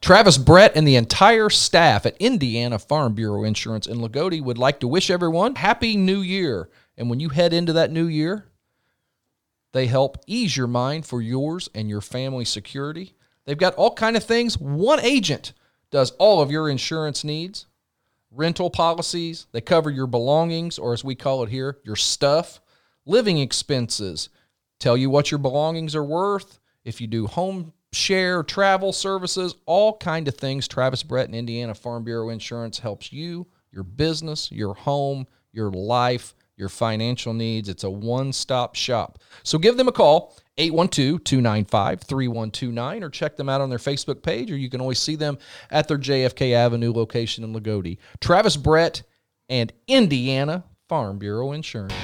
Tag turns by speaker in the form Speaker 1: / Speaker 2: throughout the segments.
Speaker 1: Travis Brett and the entire staff at Indiana Farm Bureau Insurance in Lagodi would like to wish everyone Happy New Year. And when you head into that new year, they help ease your mind for yours and your family's security. They've got all kind of things. One agent does all of your insurance needs, rental policies. They cover your belongings, or as we call it here, your stuff, living expenses, tell you what your belongings are worth. If you do home share, travel services, all kind of things, Travis Brett and Indiana Farm Bureau Insurance helps you, your business, your home, your life your financial needs. It's a one stop shop. So give them a call, 812 295 3129, or check them out on their Facebook page, or you can always see them at their JFK Avenue location in Lagodi. Travis Brett and Indiana Farm Bureau Insurance.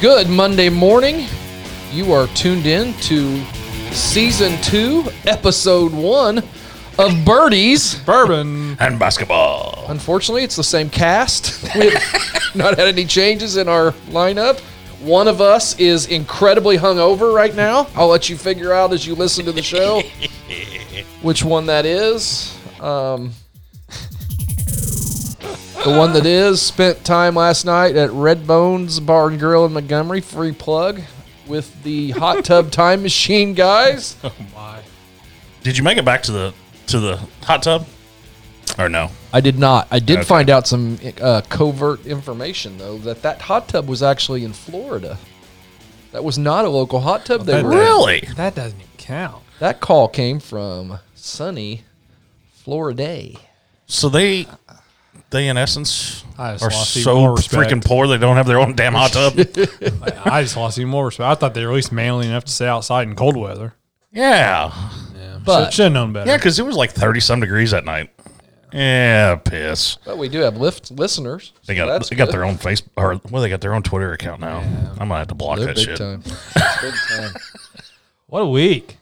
Speaker 1: Good Monday morning. You are tuned in to season two, episode one of Birdies.
Speaker 2: Bourbon.
Speaker 3: and basketball.
Speaker 1: Unfortunately, it's the same cast. We have not had any changes in our lineup. One of us is incredibly hungover right now. I'll let you figure out as you listen to the show which one that is. Um, the one that is spent time last night at Red Bones Bar and Grill in Montgomery, free plug, with the hot tub time machine guys.
Speaker 2: Oh my.
Speaker 3: Did you make it back to the to the hot tub? Or no?
Speaker 1: I did not. I did
Speaker 3: Okay.
Speaker 1: find out some uh, covert information though that that hot tub was actually in Florida. That was not a local hot tub. They
Speaker 2: that-
Speaker 1: were. in.
Speaker 3: Really?
Speaker 2: That doesn't even count.
Speaker 1: That call came from sunny Florida.
Speaker 3: So they they in essence
Speaker 2: I just
Speaker 3: are
Speaker 2: lost even
Speaker 3: so
Speaker 2: more respect.
Speaker 3: freaking poor they don't have their own damn hot tub.
Speaker 2: I- I just lost even more respect. I thought they were at least manly enough to stay outside in cold weather.
Speaker 3: yeah.
Speaker 1: But
Speaker 2: Should have known better.
Speaker 3: Yeah, because it was like thirty some degrees that night. Yeah, piss.
Speaker 1: but we do have lift listeners.
Speaker 3: They
Speaker 1: so
Speaker 3: got
Speaker 1: that's
Speaker 3: they got
Speaker 1: good.
Speaker 3: their own face or well they got their own Twitter account now. I'm gonna have to block
Speaker 1: They're
Speaker 3: that
Speaker 1: big
Speaker 3: shit.
Speaker 1: time. big time.
Speaker 2: What a week.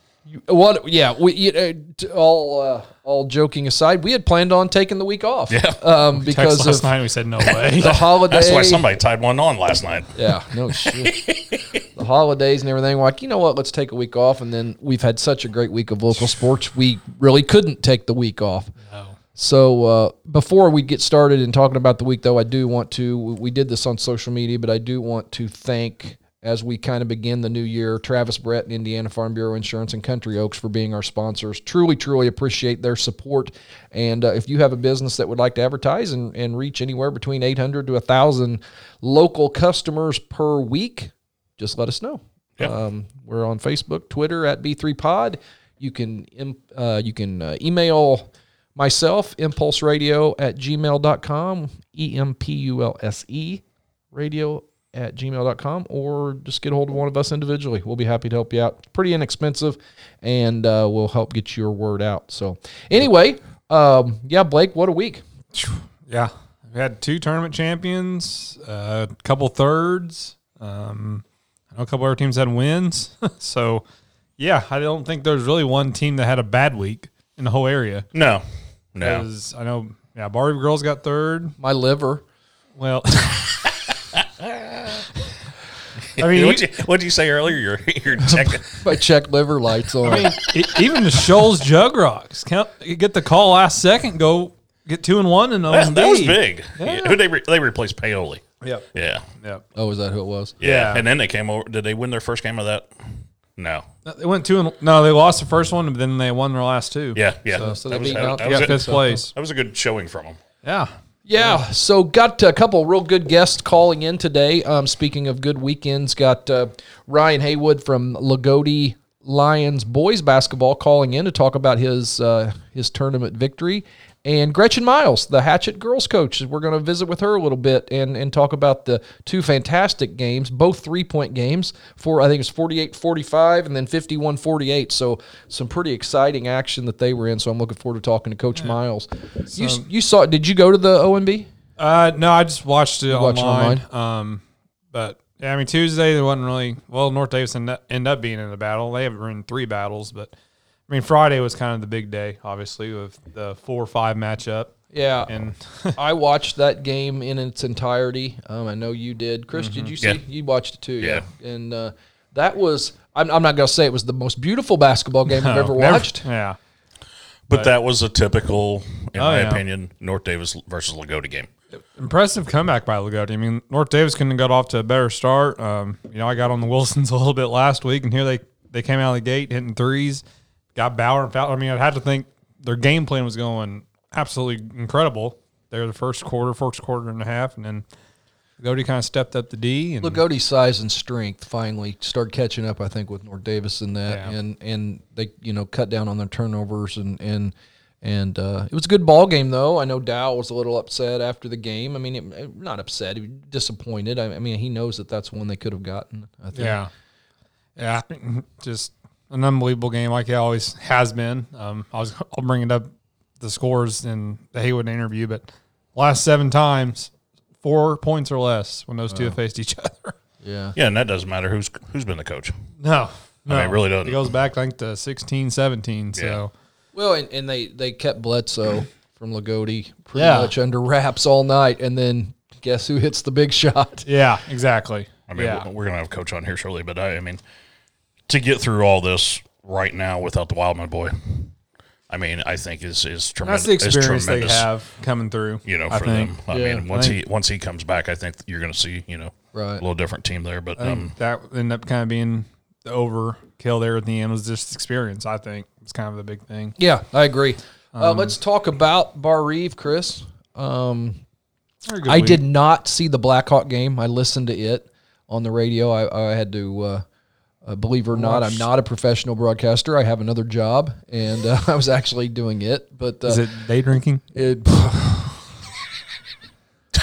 Speaker 1: What? Yeah. We you know, t- all uh, all joking aside, we had planned on taking the week off.
Speaker 3: Yeah.
Speaker 1: Um,
Speaker 2: Text
Speaker 1: because
Speaker 2: last
Speaker 1: of
Speaker 2: night we said no way.
Speaker 1: the holiday.
Speaker 3: That's why somebody tied one on last night.
Speaker 1: Yeah, no shit. the holidays and everything. We're like, you know what? Let's take a week off. And then we've had such a great week of local sports. We really couldn't take the week off. So uh, before we get started and talking about the week, though, I do want to. We we did this on social media, but I do want to thank. As we kind of begin the new year, Travis Brett and Indiana Farm Bureau Insurance and Country Oaks for being our sponsors. Truly, truly appreciate their support. And uh, if you have a business that would like to advertise and, and reach anywhere between 800 to 1,000 local customers per week, just let us know.
Speaker 3: Yeah.
Speaker 1: Um, we're on Facebook, Twitter at B3Pod. You can im- uh, you can uh, email myself, impulseradio at gmail.com, E M P U L S E radio at gmail.com, or just get a hold of one of us individually. We'll be happy to help you out. It's pretty inexpensive, and uh, we'll help get your word out. So, anyway, um, yeah, Blake, what a week.
Speaker 2: yeah. We had two tournament champions, uh, a couple thirds. Um, I know a couple other teams had wins. so, yeah, I don't think there's really one team that had a bad week in the whole area.
Speaker 3: No. No.
Speaker 2: 'Cause I know, yeah, Barbie Girls got third.
Speaker 1: My liver.
Speaker 2: Well, I mean,
Speaker 3: what'd, you, what'd you say earlier? Your your tech,
Speaker 1: I check liver lights on.
Speaker 2: E- even the Shoals Jug Rocks count, you get the call last second, go get two and one, and
Speaker 3: that, that was big. Yeah. Who they re, they replaced Paoli.
Speaker 2: Yep.
Speaker 3: Yeah.
Speaker 2: Yep.
Speaker 1: oh, is that who it was?
Speaker 3: Yeah.
Speaker 2: Yeah.
Speaker 3: And then they came over. Did they win their first game of that? No.
Speaker 2: They went two and no, they lost the first one, but then they won their last two.
Speaker 3: Yeah. Yeah.
Speaker 1: So- so they
Speaker 3: that, was,
Speaker 1: beat
Speaker 3: that,
Speaker 1: out-
Speaker 3: that
Speaker 2: They got
Speaker 3: was
Speaker 2: fifth
Speaker 3: good,
Speaker 2: place.
Speaker 3: that was a good showing from them.
Speaker 2: Yeah.
Speaker 1: Yeah, so got a couple real good guests calling in today. Um, speaking of good weekends, got uh, Ryan Haywood from Lagodi Lions boys basketball calling in to talk about his uh, his tournament victory, and Gretchen Miles, the Hatchet girls coach. We're going to visit with her a little bit and and talk about the two fantastic games, both three point games for I think it's 48-45 and then 51-48. So some pretty exciting action that they were in. So I'm looking forward to talking to Coach Miles. you s- you saw? Did you go to the OMB?
Speaker 2: Uh, no, I just watched it
Speaker 1: watched it
Speaker 2: online. Um, but yeah, I mean Tuesday there wasn't really well. North Davis end up, end up being in the battle. They have run three battles, but I mean, Friday was kind of the big day, obviously, with the four or five matchup.
Speaker 1: Yeah,
Speaker 2: And
Speaker 1: I watched that game in its entirety. Um, I know you did, Chris. Did you see?
Speaker 3: Yeah.
Speaker 1: You watched it too. Yeah. And uh, that was. I'm, I'm not going to say it was the most beautiful basketball game I've ever
Speaker 2: Oh, never-
Speaker 1: watched.
Speaker 2: Yeah.
Speaker 3: But that was a typical, in my
Speaker 2: Oh, yeah.
Speaker 3: opinion, North Davis versus Lagoda game.
Speaker 2: Impressive comeback by Lugoti. I mean, North Davis couldn't have got off to a better start. Um, you know, I got on the Wilsons a little bit last week, and here they, they came out of the gate hitting threes, got Bauer and Fowler. I mean, I had to think their game plan was going absolutely incredible. They were the first quarter, first quarter and a half, and then Lugoti kind of stepped up the D. And
Speaker 1: Lagodi's size and strength finally started catching up. I think with North Davis and that,
Speaker 2: Yeah.
Speaker 1: and and they you know cut down on their turnovers and and and uh, it was a good ball game though. I know Dow was a little upset after the game. I mean, it- it, not upset, he was disappointed. I, I mean, he knows that that's one they could have gotten. I think.
Speaker 2: Yeah. Yeah. I think mm-hmm, Just an unbelievable game, like it always has been. Um, I was, I'll bring it up the scores in the Haywood interview, but last seven times, four points or less when those two have faced each other.
Speaker 1: yeah.
Speaker 3: Yeah, and that doesn't matter who's who's been the coach.
Speaker 2: No. No.
Speaker 3: mean, it really doesn't.
Speaker 2: It goes back, I think, to 16, 17. So,
Speaker 1: Well, and, and they they kept Bledsoe from Lagodi pretty
Speaker 2: Yeah.
Speaker 1: much under wraps all night, and then guess who hits the big shot?
Speaker 2: yeah, exactly.
Speaker 3: I mean,
Speaker 2: yeah.
Speaker 3: we're, we're gonna have coach on here shortly, but I, I mean, to get through all this right now without the Wildman boy, I mean, I think is is tremendous.
Speaker 2: That's the
Speaker 3: is
Speaker 2: experience they
Speaker 3: tremendous,
Speaker 2: have coming through.
Speaker 3: you know,
Speaker 2: I
Speaker 3: for
Speaker 2: think.
Speaker 3: them. I
Speaker 1: Yeah,
Speaker 3: mean,
Speaker 1: I
Speaker 3: once
Speaker 2: think-
Speaker 3: he once he comes back, I think you're gonna see, you know,
Speaker 1: Right.
Speaker 3: a little different team there. But
Speaker 2: I think
Speaker 3: um,
Speaker 2: that ended up kind of being the overkill there at the end was just experience, I think. It's kind of the big thing.
Speaker 1: Yeah, I agree. uh, let's talk about Bar Reeve, Chris. Um,
Speaker 2: Very good
Speaker 1: I
Speaker 2: week.
Speaker 1: did not see the Blackhawk game. I listened to it on the radio. I, I had to, uh, uh, believe it or not, I'm not a professional broadcaster. I have another job, and uh, I was actually doing it. But uh,
Speaker 2: Is it day drinking?
Speaker 1: it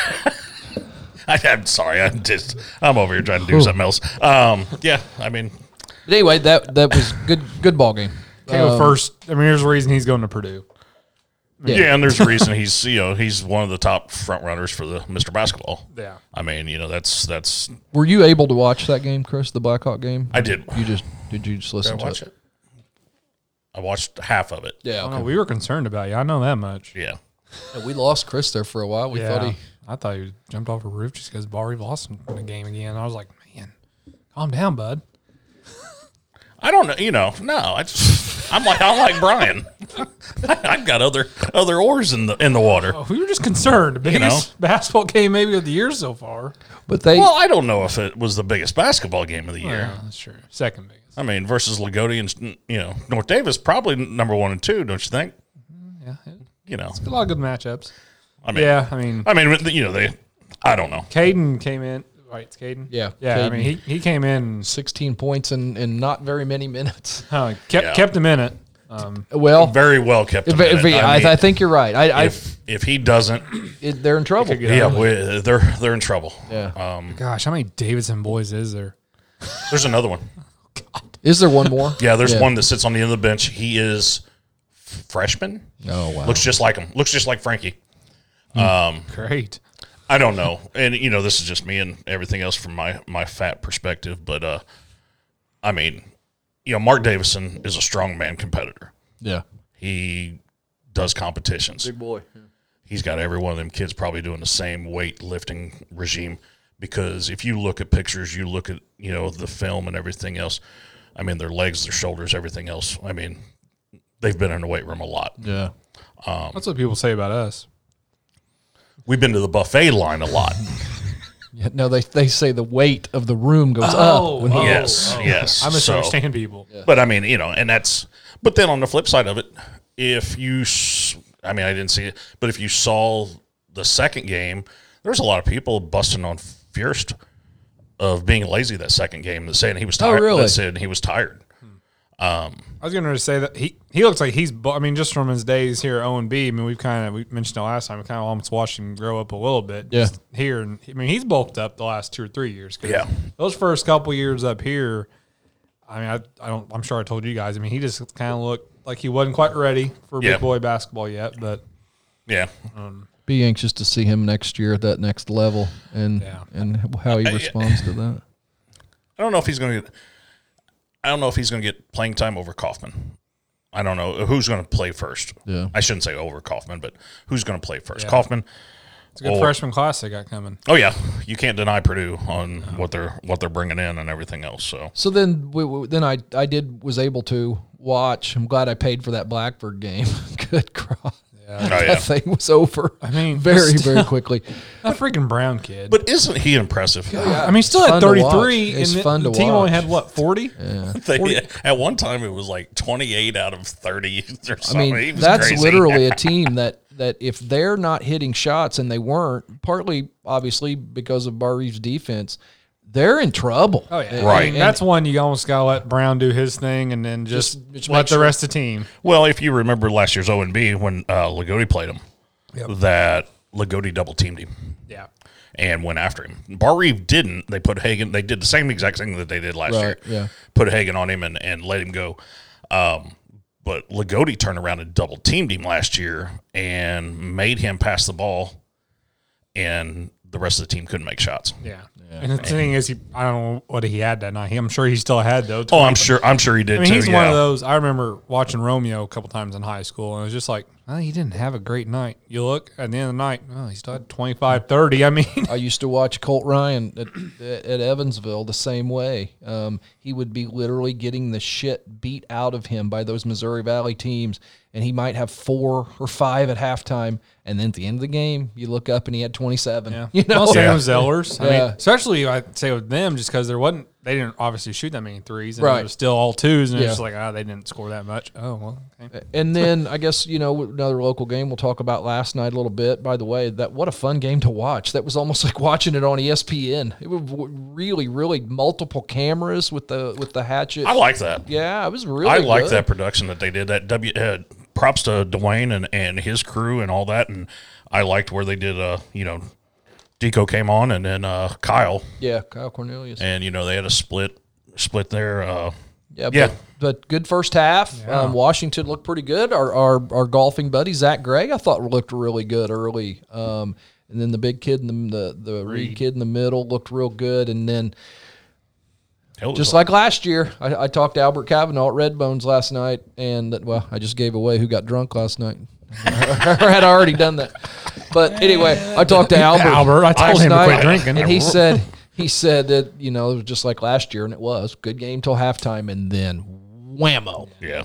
Speaker 3: I, I'm sorry, I'm just I'm over here trying to do something else. Um, yeah, I mean,
Speaker 1: but anyway, that that was good. Good ball game. Uh,
Speaker 2: Caleb
Speaker 1: Um,
Speaker 2: first. I mean, here's the reason he's going to Purdue.
Speaker 1: Yeah.
Speaker 3: yeah. and there's a reason he's you know he's one of the top front runners for the Mr. Basketball.
Speaker 2: Yeah.
Speaker 3: I mean, you know, that's that's
Speaker 1: Were you able to watch that game, Chris? The Blackhawk game?
Speaker 3: I did
Speaker 1: You just did you just listen to it?
Speaker 3: I watched half of it.
Speaker 1: Yeah,
Speaker 2: I
Speaker 1: okay.
Speaker 2: don't know. We were concerned about you. I know that much.
Speaker 3: Yeah.
Speaker 1: Yeah, we lost Chris there for a while. We thought he
Speaker 2: I thought he jumped off a roof just because Barry lost him in the game again. I was like, man, calm down, bud.
Speaker 3: I don't know, you know, no, I just, I'm like I'm like Brian. I, have got other other oars in the in the water.
Speaker 1: Oh.
Speaker 2: We were just concerned. The
Speaker 3: You know.
Speaker 2: biggest basketball game maybe of the year so far.
Speaker 1: but they
Speaker 3: Well, I don't know if it was the biggest basketball game of the year.
Speaker 2: Yeah, that's true. Second biggest.
Speaker 3: I mean, versus Lagodi and you know North Davis, probably number one and two, don't you think?
Speaker 2: Yeah, it-
Speaker 3: You know,
Speaker 2: a lot of good matchups.
Speaker 3: I mean,
Speaker 2: Yeah, I mean,
Speaker 3: I mean, with the- you know, they, I don't know.
Speaker 2: Caden came in. Right, it's Caden.
Speaker 1: Yeah,
Speaker 2: yeah. I
Speaker 1: Caden.
Speaker 2: mean, he, he came in.
Speaker 1: 16 points in, in not very many minutes.
Speaker 2: Uh, kept
Speaker 3: Yeah.
Speaker 2: kept him in it. Um,
Speaker 1: Well,
Speaker 3: Very well kept.
Speaker 1: if,
Speaker 3: him in
Speaker 1: if
Speaker 3: it.
Speaker 1: he- I,
Speaker 3: mean,
Speaker 1: I think you're right. I, I
Speaker 3: if if he doesn't,
Speaker 1: it, they're in trouble.
Speaker 2: get-
Speaker 3: yeah, we, they're they're in trouble.
Speaker 1: Yeah.
Speaker 3: Um,
Speaker 2: gosh, how many Davidson boys is there?
Speaker 3: there's another one.
Speaker 1: Is there one more?
Speaker 3: Yeah, there's
Speaker 1: Yeah.
Speaker 3: one that sits on the end of the bench. He is freshman.
Speaker 1: Oh wow.
Speaker 3: Looks just like him. Looks just like Frankie.
Speaker 2: Great.
Speaker 3: I don't know, and you know, this is just me and everything else from my my fat perspective. But uh, I mean, you know, Mark Davison is a strongman competitor.
Speaker 1: yeah.
Speaker 3: He does competitions.
Speaker 1: boy.
Speaker 3: he's got every one of them kids probably doing the same weightlifting regime because if you look at pictures, you look at you know the film and everything else. I mean, their legs, their shoulders, everything else. I mean, they've been in the weight room a lot.
Speaker 1: Yeah.
Speaker 2: That's what people say about us.
Speaker 3: We've been to the buffet line a lot.
Speaker 1: Yeah, No, they they say the weight of the room goes up. When he,
Speaker 3: yes, yes.
Speaker 2: I
Speaker 3: So-
Speaker 2: misunderstand people.
Speaker 3: But I mean, you know, and that's. But then on the flip side of it, if you, s- I mean, I didn't see it, but if you saw the second game, there's a lot of people busting on Fierst of being lazy that second game, that saying he was tired.
Speaker 1: Oh, really?
Speaker 3: That said he was tired.
Speaker 2: I was going to say that he he looks like he's. bu- I mean, just from his days here at O and B. I mean, we've kind of we mentioned it last time. We kind of almost watched him grow up a little bit.
Speaker 1: Yeah.
Speaker 2: just here and I mean, he's bulked up the last two or three years. 'cause
Speaker 3: Yeah.
Speaker 2: those first couple years up here. I mean, I, I don't. I'm sure I told you guys. I mean, he just kind of looked like he wasn't quite ready for
Speaker 3: Yeah.
Speaker 2: big boy basketball yet. But
Speaker 3: Yeah,
Speaker 1: be anxious to see him next year at that next level and
Speaker 2: Yeah.
Speaker 1: and how he responds to that.
Speaker 3: I don't know if he's going to. get I don't know if he's going to get playing time over Kaufman. I don't know who's going to play first.
Speaker 1: Yeah.
Speaker 3: I shouldn't say over Kaufman, but who's going to play first? Kaufman.
Speaker 2: It's a good
Speaker 3: Oh.
Speaker 2: freshman class they got coming.
Speaker 3: Oh yeah, you can't deny Purdue on what they're what they're bringing in and everything else. So
Speaker 1: So then, we, we- then I I did was able to watch. I'm glad I paid for that Blackford game. Good cross.
Speaker 3: oh,
Speaker 1: That
Speaker 3: yeah.
Speaker 1: thing was over. I
Speaker 2: mean,
Speaker 1: very
Speaker 2: still-
Speaker 1: very quickly.
Speaker 2: That freaking Brown kid.
Speaker 3: But isn't he impressive?
Speaker 2: I mean, he still
Speaker 1: Fun
Speaker 2: had
Speaker 1: to watch.
Speaker 2: 33, and
Speaker 1: It's
Speaker 2: the,
Speaker 1: fun to
Speaker 2: the team only
Speaker 1: watch.
Speaker 2: had what 40.
Speaker 3: They, at one time, it was like twenty eight out of thirty or
Speaker 1: I
Speaker 3: something.
Speaker 1: mean,
Speaker 3: He was
Speaker 1: that's
Speaker 3: crazy.
Speaker 1: literally a team that that if they're not hitting shots and they weren't, partly obviously because of Bar Reeves' defense, they're in trouble.
Speaker 2: Oh yeah,
Speaker 1: And-
Speaker 3: Right.
Speaker 2: I mean, that's one you almost gotta let Brown do his thing, and then just,
Speaker 1: Just- just make
Speaker 2: let the
Speaker 1: sure.
Speaker 2: rest of the team.
Speaker 3: Well, if you remember last year's O and B when uh, Lagodi played him, that Lagodi double teamed him
Speaker 2: Yeah,
Speaker 3: and went after him. Bar Reeve didn't. They put Hagan. They did the same exact thing that they did last
Speaker 1: Right,
Speaker 3: year.
Speaker 1: yeah.
Speaker 3: Put Hagan on him and, and let him go. Um, but Lagodi turned around and double teamed him last year and made him pass the ball, and the rest of the team couldn't make shots.
Speaker 2: yeah. And the thing is, he I don't know what he had that night. He, I'm sure he still had though.
Speaker 3: Oh, I'm sure. I'm sure he did
Speaker 2: I mean,
Speaker 3: too.
Speaker 2: he's
Speaker 3: yeah.
Speaker 2: one of those. I remember watching Romeo a couple times in high school, and it was just like, oh, he didn't have a great night. You look at the end of the night, oh, he still had 25, 30. I mean,
Speaker 1: I used to watch Colt Ryan at, at Evansville the same way. Um, he would be literally getting the shit beat out of him by those Missouri Valley teams, and he might have four or five at halftime, and then at the end of the game, you look up and he had 27. You know,
Speaker 2: well, same
Speaker 3: Yeah.
Speaker 2: with Zellers. I mean,
Speaker 1: Yeah.
Speaker 2: especially I'd say with them, just because there wasn't, they didn't obviously shoot that many threes, and it
Speaker 1: Right.
Speaker 2: was still all twos, and
Speaker 1: Yeah.
Speaker 2: it's just like, ah, they didn't score that much. Oh well, okay.
Speaker 1: And then I guess you know another local game we'll talk about last night a little bit. By the way, that what a fun game to watch. That was almost like watching it on E ESPN. It was w- really, really multiple cameras with the with the hatchet.
Speaker 3: I like that.
Speaker 1: yeah, it was really.
Speaker 3: I like
Speaker 1: good.
Speaker 3: that production that they did. That W uh, props to Dwayne and, and his crew and all that. And I liked where they did. Uh, you know, Deco came on and then uh, Kyle,
Speaker 1: Yeah, Kyle Cornelius.
Speaker 3: and you know they had a split split there. Uh,
Speaker 1: Yeah,
Speaker 3: Yeah.
Speaker 1: But, but good first half. Um, Washington looked pretty good. Our, our our golfing buddy Zach Gray, I thought looked really good early. Um, and then the big kid in the the, the Reed kid in the middle looked real good. And then
Speaker 3: hell, it was
Speaker 1: Just like last year, I, I talked to Albert Kavanaugh at Red Bones last night, and well, I just gave away who got drunk last night. or had I already done that? But anyway, I talked to Albert.
Speaker 2: Albert, I told
Speaker 1: last
Speaker 2: him to
Speaker 1: night,
Speaker 2: quit drinking.
Speaker 1: and he said he said that you know it was just like last year, and it was good game till halftime, and then whammo.
Speaker 3: yeah.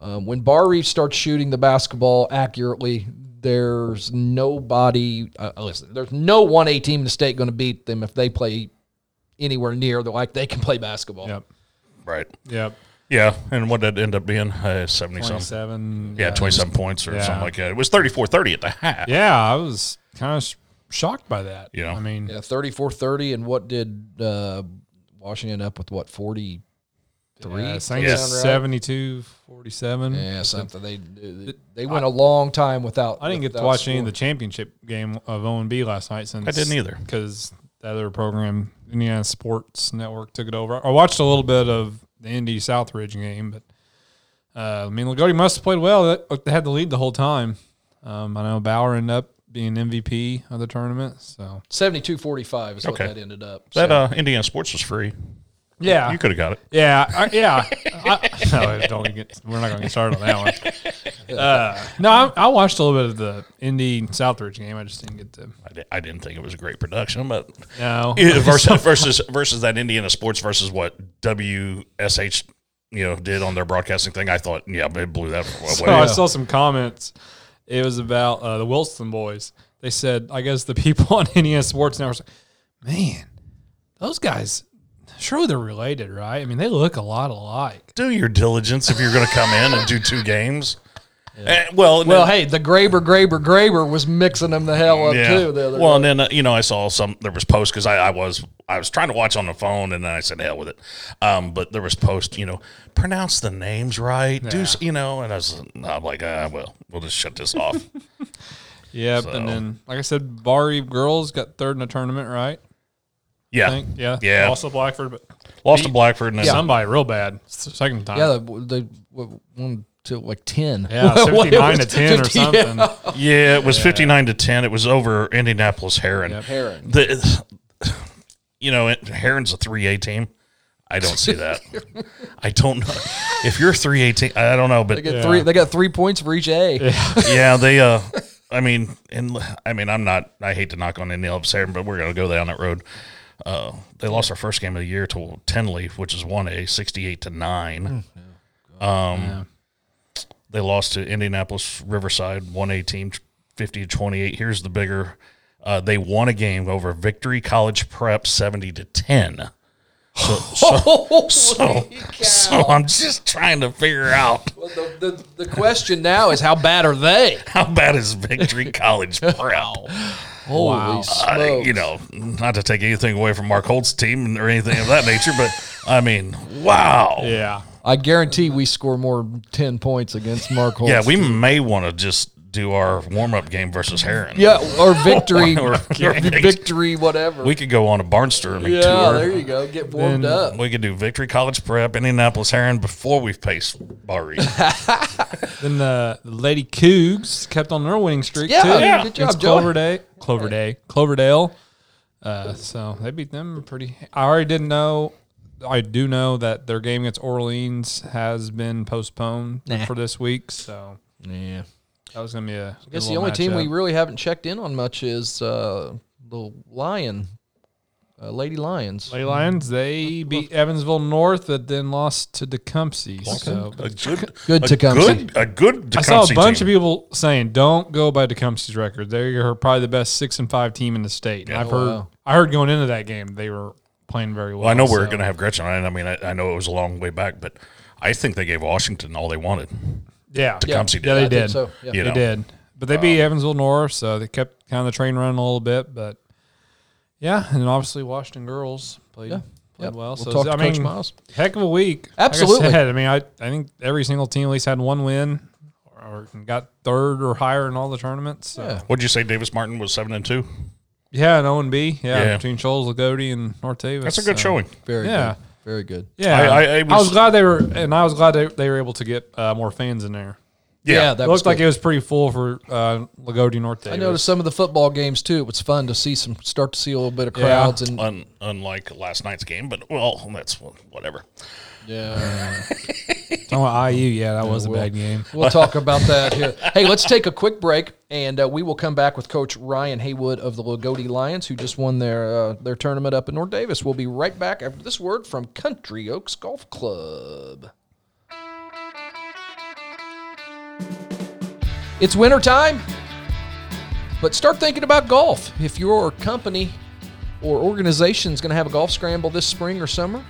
Speaker 1: Um, when Bar Reef starts shooting the basketball accurately, there's nobody. Uh, listen, there's no one A team in the state going to beat them if they play anywhere near. They're like they can play basketball.
Speaker 2: Yep,
Speaker 3: Right.
Speaker 2: yep,
Speaker 3: Yeah. And what did it end up being? Uh, 70 something.
Speaker 2: 27.
Speaker 3: Yeah, 27 points or
Speaker 2: Yeah.
Speaker 3: something like that. It was 34 30 at the half.
Speaker 2: Yeah, I was kind of sh- shocked by that.
Speaker 3: Yeah.
Speaker 2: I mean,
Speaker 1: Yeah, 34 30. And what did uh, Washington up with? What, 43?
Speaker 2: yeah, I
Speaker 1: Yeah,
Speaker 2: think
Speaker 3: Yeah.
Speaker 2: it's 72, 47.
Speaker 1: something. They they- they went a long time without.
Speaker 2: I didn't get to
Speaker 1: without
Speaker 2: watch
Speaker 1: scoring.
Speaker 2: any of the championship game of O and B last night since
Speaker 3: I didn't either.
Speaker 2: because the other program, Indiana Sports Network, took it over. I watched a little bit of the Indy Southridge game, but uh, I mean, Lagodi must have played well. That- They had the lead the whole time. Um, I know Bauer ended up being MVP of the tournament, so
Speaker 1: 72 45 is
Speaker 3: Okay.
Speaker 1: what that ended up.
Speaker 3: That
Speaker 1: So,
Speaker 3: uh, Indiana Sports was free.
Speaker 2: yeah,
Speaker 3: You could have got it.
Speaker 2: Yeah, I, yeah. I, no, don't get, we're not going to get started on that one. Uh, no, I, I watched a little bit of the Indy Southridge game. I just didn't get to.
Speaker 3: I, di- I didn't think it was a great production, but
Speaker 2: No,
Speaker 3: Yeah, versus versus versus that Indiana Sports versus what WSH you know did on their broadcasting thing. I thought, yeah, it blew that away.
Speaker 2: So I saw some comments. It was about uh, the Wilson boys. They said, I guess the people on NES Sports Network, was like, man, those guys, surely they're related, right? I mean, they look a lot alike.
Speaker 3: do your diligence if you're going to come in and do two games. Eh, well, and
Speaker 1: well,
Speaker 3: then-
Speaker 1: hey, the Graber, Graber, Graber was mixing them the hell up,
Speaker 3: yeah.
Speaker 1: too. The other
Speaker 3: well, and then uh, you know I saw some. There was posts because I, I was I was trying to watch on the phone, and then I said hell with it. Um, but there was post, you know, pronounce the names right, do s- you know? And I was I'm like, ah, well, we'll just shut this off.
Speaker 2: Yep.
Speaker 3: So-
Speaker 2: And then, like I said, Bari girls got third in the tournament, right? I
Speaker 3: Yeah,
Speaker 2: think. Yeah.
Speaker 3: Yeah.
Speaker 2: Also Blackford, but
Speaker 3: lost to Blackford, and then
Speaker 2: somebody real bad. It's the second time.
Speaker 1: yeah, the, the what, one to like 10.
Speaker 2: Yeah,
Speaker 1: What it
Speaker 2: 59 to
Speaker 1: was,
Speaker 2: 10 or
Speaker 1: 50, yeah.
Speaker 2: something.
Speaker 3: Yeah, it was 59 to 10. It was over Indianapolis Heron.
Speaker 2: Yep.
Speaker 1: Heron.
Speaker 3: The, you know, it, Heron's a 3A team. I don't see that. I don't know if you're three eighteen. I don't know,
Speaker 1: They
Speaker 3: but
Speaker 1: got three. They got three points for each A.
Speaker 3: yeah, they. uh I mean, and I mean, I'm not. I hate to knock on any ups here, but we're gonna go down that road. Uh, they lost our first game of the year to Tenley, which is one A, sixty eight to nine. Um, they lost to Indianapolis Riverside, one A team, fifty to twenty eight. Here's the bigger. Uh, they won a game over Victory College Prep, seventy to ten. So, so, so, so I'm just trying to figure out
Speaker 1: Well, the, the, the question now is how bad are they?
Speaker 3: how bad is Victory College Prep.
Speaker 1: Holy
Speaker 3: I-
Speaker 2: Uh,
Speaker 1: smokes.
Speaker 3: you know, not to take anything away from Mark Holt's team or anything of that nature, but I mean, wow. Yeah,
Speaker 2: Yeah.
Speaker 1: I guarantee we score more than 10 points against Mark Holtz.
Speaker 3: we may want to just do our warm up game versus Heron.
Speaker 1: Yeah, or victory,
Speaker 3: Or-
Speaker 1: or victory, whatever.
Speaker 3: We could go on a barnstorming
Speaker 1: yeah,
Speaker 3: tour.
Speaker 1: there you go. Get warmed up.
Speaker 3: We could do Victory College Prep, Indianapolis Heron before we face Barre.
Speaker 2: Then the Lady Cougs kept on their winning streak
Speaker 1: Yeah,
Speaker 2: too.
Speaker 1: yeah. good job,
Speaker 2: Against
Speaker 1: Joey.
Speaker 2: Cloverdale, Cloverdale, Cloverdale. Uh, so they beat them pretty. I already didn't know. I do know that their game against Orleans has been postponed
Speaker 1: Nah.
Speaker 2: for this week. So
Speaker 1: Yeah.
Speaker 2: that was gonna be a.
Speaker 1: I guess the only team we really haven't checked in on much is uh, the Lion, uh, Lady Lions.
Speaker 2: Lady Lions they beat Evansville North, that then lost to Tecumseh. So
Speaker 3: A good,
Speaker 1: Good
Speaker 3: a
Speaker 1: Tecumseh.
Speaker 3: Good, a good
Speaker 2: I saw a
Speaker 3: Tecumseh
Speaker 2: bunch
Speaker 3: team.
Speaker 2: of people saying, "Don't go by Tecumseh's record. They are probably the best six and five team in the state." And I've heard,
Speaker 1: Oh, wow.
Speaker 2: I heard going into that game they were playing very well.
Speaker 3: Well, I know we're
Speaker 2: so-
Speaker 3: going to have Gretchen on. it. I mean, I, I know it was a long way back, but I think they gave Washington all they wanted.
Speaker 2: yeah, yeah,
Speaker 3: Tecumseh
Speaker 2: yeah,
Speaker 3: did.
Speaker 2: they
Speaker 1: I think
Speaker 2: did,
Speaker 1: so, yeah.
Speaker 3: You
Speaker 2: they
Speaker 3: know. Um,
Speaker 2: did. But they beat Evansville North, so they kept kind of the train running a little bit. But yeah, and obviously Washington girls played. Played
Speaker 1: Yep.
Speaker 2: well,
Speaker 1: We'll
Speaker 2: so
Speaker 1: talk to
Speaker 2: I mean,
Speaker 1: Coach Miles.
Speaker 2: heck of a week. Like I
Speaker 1: Absolutely.
Speaker 2: said, I, mean, I, I think every single team at least had one win, or, or got third or higher in all the tournaments. So.
Speaker 1: Yeah.
Speaker 3: What'd you say? Davis Martin was seven and two.
Speaker 2: Yeah, an O and B. Yeah,
Speaker 3: Yeah.
Speaker 2: between Shoals, Lagodi, and North Davis.
Speaker 3: That's a good
Speaker 2: so-
Speaker 3: showing.
Speaker 1: Very
Speaker 2: Yeah.
Speaker 1: good. Very good.
Speaker 2: Yeah,
Speaker 3: I- I- I
Speaker 2: I, was,
Speaker 3: was-
Speaker 2: glad they were, and I was glad they, they were able to get uh, more fans in there.
Speaker 1: Yeah, that
Speaker 2: It
Speaker 1: was
Speaker 2: looked like
Speaker 1: good.
Speaker 2: it was pretty full for uh, Lagodi, North Davis.
Speaker 1: I noticed some of the football games too. It was fun to see some start to see a little bit of crowds and
Speaker 3: un, unlike last night's game, but well, that's whatever.
Speaker 1: yeah.
Speaker 2: Talking about IU. Yeah, that was a
Speaker 1: we'll-
Speaker 2: bad game.
Speaker 1: We'll talk about that here. Hey, let's take a quick break, and uh, we will come back with Coach Ryan Haywood of the Lagodi Lions, who just won their uh, their tournament up in North Davis. We'll be right back after this word from Country Oaks Golf Club. It's winter time, but start thinking about golf. If your company or organization is going to have a golf scramble this spring or summer,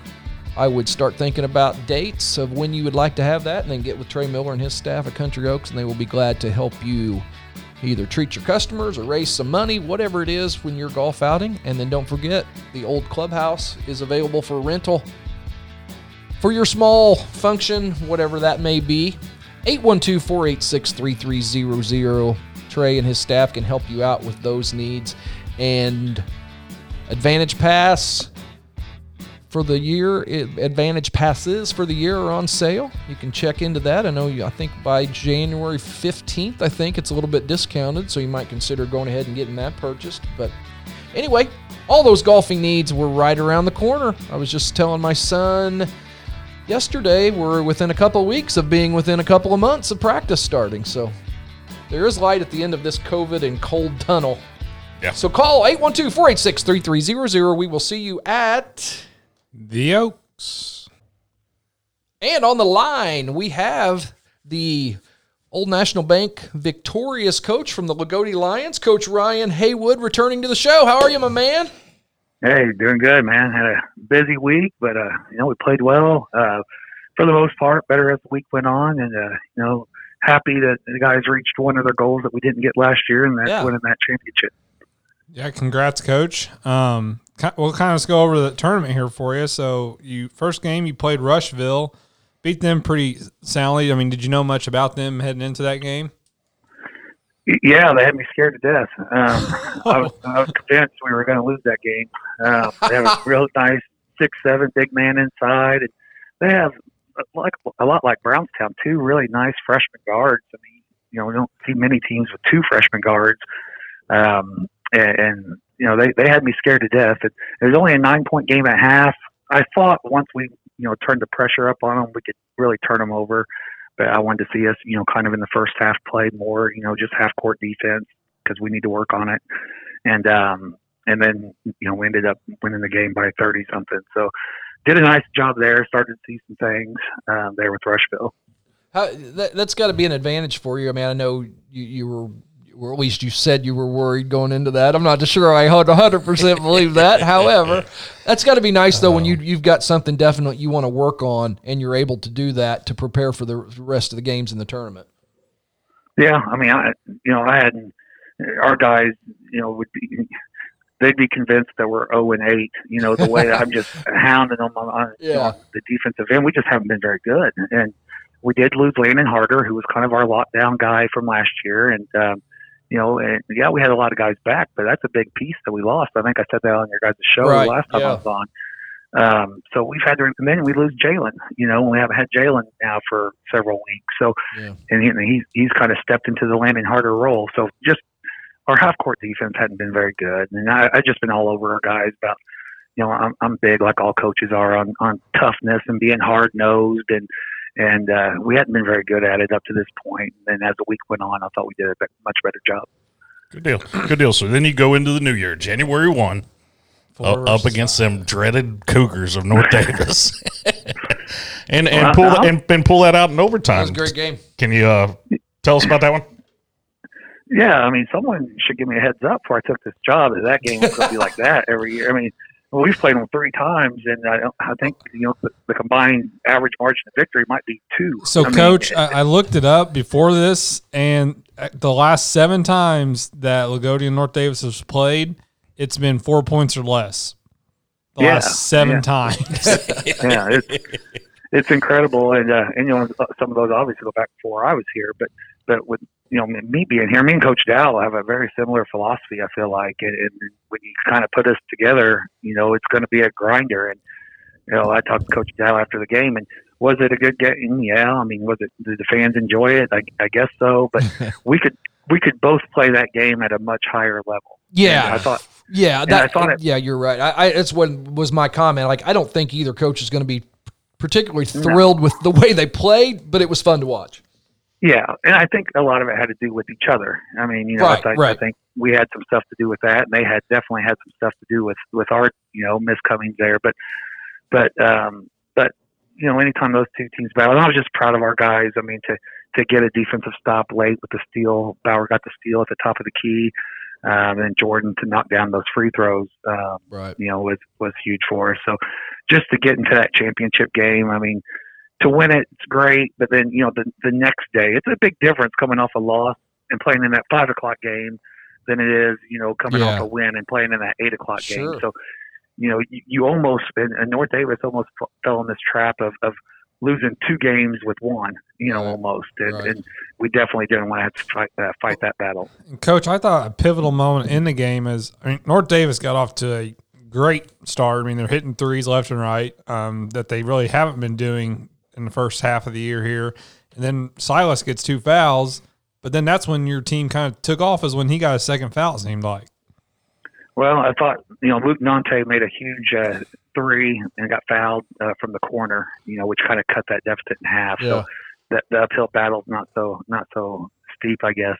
Speaker 1: I would start thinking about dates of when you would like to have that and then get with Trey Miller and his staff at Country Oaks, and they will be glad to help you either treat your customers or raise some money, whatever it is when you're golf outing. And then don't forget, the old clubhouse is available for rental for your small function, whatever that may be. 812 486 3300. Trey and his staff can help you out with those needs. And Advantage Pass for the year, i- Advantage Passes for the year are on sale. You can check into that. I know you, I think by January 15th, I think it's a little bit discounted, so you might consider going ahead and getting that purchased. But anyway, all those golfing needs were right around the corner. I was just telling my son yesterday we're within a couple of weeks of being within a couple of months of practice starting. So there is light at the end of this COVID and cold tunnel.
Speaker 3: Yeah.
Speaker 1: So call 812 486 3300. We will see you at.
Speaker 2: The Oaks.
Speaker 1: And on the line, we have the Old National Bank victorious coach from the Lagodi Lions, Coach Ryan Haywood, returning to the show. How are you, my man?
Speaker 4: Hey, doing good, man. Had a busy week, but uh, you know we played well uh, for the most part. Better as the week went on, and uh, you know happy that the guys reached one of their goals that we didn't get last year, and that's
Speaker 1: Yeah.
Speaker 4: winning that championship.
Speaker 2: Yeah, congrats, coach. Um, ki- we'll kind of just go over the tournament here for you. So, you first game you played Rushville, beat them pretty soundly. I mean, did you know much about them heading into that game?
Speaker 4: Y- Yeah, they had me scared to death. Um,
Speaker 3: Uh,
Speaker 4: I, was, I was convinced we were going to lose that game. Um, they have a real nice six seven big man inside, and they have uh, like a lot like Brownstown too. Really nice freshman guards. I mean, you know, we don't see many teams with two freshman guards. Um, and, and you know, they they had me scared to death. It, it was only a nine point game at half. I thought once we you know turned the pressure up on them, we could really turn them over. But I wanted to see us you know kind of in the first half play more you know just half court defense because we need to work on it. And um, and then you know we ended up winning the game by thirty something. So did a nice job there. Started to see some things um, there with Rushville.
Speaker 1: How, that, that's got to be an advantage for you. I mean, I know you, you were, or at least you said you were worried going into that. I'm not sure I 100% believe that. However, that's got to be nice though when you you've got something definite you want to work on and you're able to do that to prepare for the rest of the games in the tournament.
Speaker 4: Yeah, I mean, I you know I had our guys you know would be they'd be convinced that we're 0 and 8. You know, the way I'm just hounding them on, on
Speaker 1: Yeah.
Speaker 4: on the defensive end, we just haven't been very good. And we did lose Landon Harder, who was kind of our lockdown guy from last year. And, um, you know, and yeah, we had a lot of guys back, but that's a big piece that we lost. I think I said that on your guys' show
Speaker 1: Right,
Speaker 4: last time
Speaker 1: yeah.
Speaker 4: I was on. Um, so we've had to, and then we lose Jalen. You know, we haven't had Jalen now for several weeks. So,
Speaker 1: Yeah.
Speaker 4: and he, he's he's kind of stepped into the Landon Harder role. So just our half court defense hadn't been very good, and I, I've just been all over our guys about, you know, I'm, I'm big like all coaches are on on toughness and being hard nosed, and and uh, we hadn't been very good at it up to this point. And as the week went on, I thought we did a bet- much better job.
Speaker 3: Good deal. Good deal. So then you go into the new year, January 1, u- up against them dreaded Cougars of North Davis. and and
Speaker 4: Well,
Speaker 3: pull
Speaker 4: now-
Speaker 3: and, and pull that out in
Speaker 1: uh-huh. That
Speaker 3: overtime.
Speaker 1: was a great game.
Speaker 3: Can you uh, tell us about that one?
Speaker 4: Yeah, I mean, someone should give me a heads up before I took this job. That that game was going to be like that every year. I mean, well, we've played them three times, and I, don't- I think you know the, the combined average margin of victory might be two.
Speaker 2: So,
Speaker 4: I mean,
Speaker 2: coach, I, I looked it up before this, and uh, the last seven times that Lagodi and North Davis has played, it's been four points or less. The
Speaker 4: Yeah,
Speaker 2: last seven
Speaker 4: yeah.
Speaker 2: times.
Speaker 4: yeah, it's, it's incredible, and uh, and you know some of those obviously go back before I was here, but but with you know me being here, me and Coach Dow have a very similar philosophy. I feel like, and, and when you kind of put us together, you know, it's going to be a grinder. And you know, I talked to Coach Dow after the game, and was it a good game? Yeah, I mean, was it? Did the fans enjoy it? I, I guess so, but we could we could both play that game at a much higher level.
Speaker 1: Yeah.
Speaker 4: I thought
Speaker 1: Yeah,
Speaker 4: And I
Speaker 1: that,
Speaker 4: thought it-
Speaker 1: yeah, you're right. I, I that's what was my comment. Like, I don't think either coach is going to be particularly thrilled with the way they played, but it was fun to watch.
Speaker 4: Yeah, and I think a lot of it had to do with each other. I mean, you know,
Speaker 1: Right,
Speaker 4: I, I
Speaker 1: right.
Speaker 4: think we had some stuff to do with that, and they had definitely had some stuff to do with with our you know miscomings there. But but um, but you know, anytime those two teams battle, and I was just proud of our guys. I mean, to to get a defensive stop late with the steal, Bauer got the steal at the top of the key, um, and Jordan to knock down those free throws. Um,
Speaker 1: Right.
Speaker 4: you know, was was huge for us. So just to get into that championship game, I mean, to win it, it's great. But then you know, the the next day, it's a big difference coming off a loss and playing in that five o'clock game than it is you know coming
Speaker 1: Yeah.
Speaker 4: off a win and playing in that eight o'clock
Speaker 1: Sure.
Speaker 4: game. So you know, you, you almost and, and North Davis almost f- fell in this trap of of losing two games with one. You know,
Speaker 1: Right.
Speaker 4: almost, and,
Speaker 1: Right.
Speaker 4: and we definitely didn't want to have to fight that fight that battle.
Speaker 2: And Coach, I thought a pivotal moment in the game is I mean, North Davis got off to a great start. I mean, they're hitting threes left and right um, that they really haven't been doing in the first half of the year here. And then Silas gets two fouls, but then that's when your team kind of took off, is when he got a second foul, it seemed like.
Speaker 4: Well, I thought you know Luke Nante made a huge uh, three and got fouled uh, from the corner, you know, which kind of cut that deficit in half.
Speaker 1: Yeah.
Speaker 4: So that the uphill battle's not so not so steep, I guess.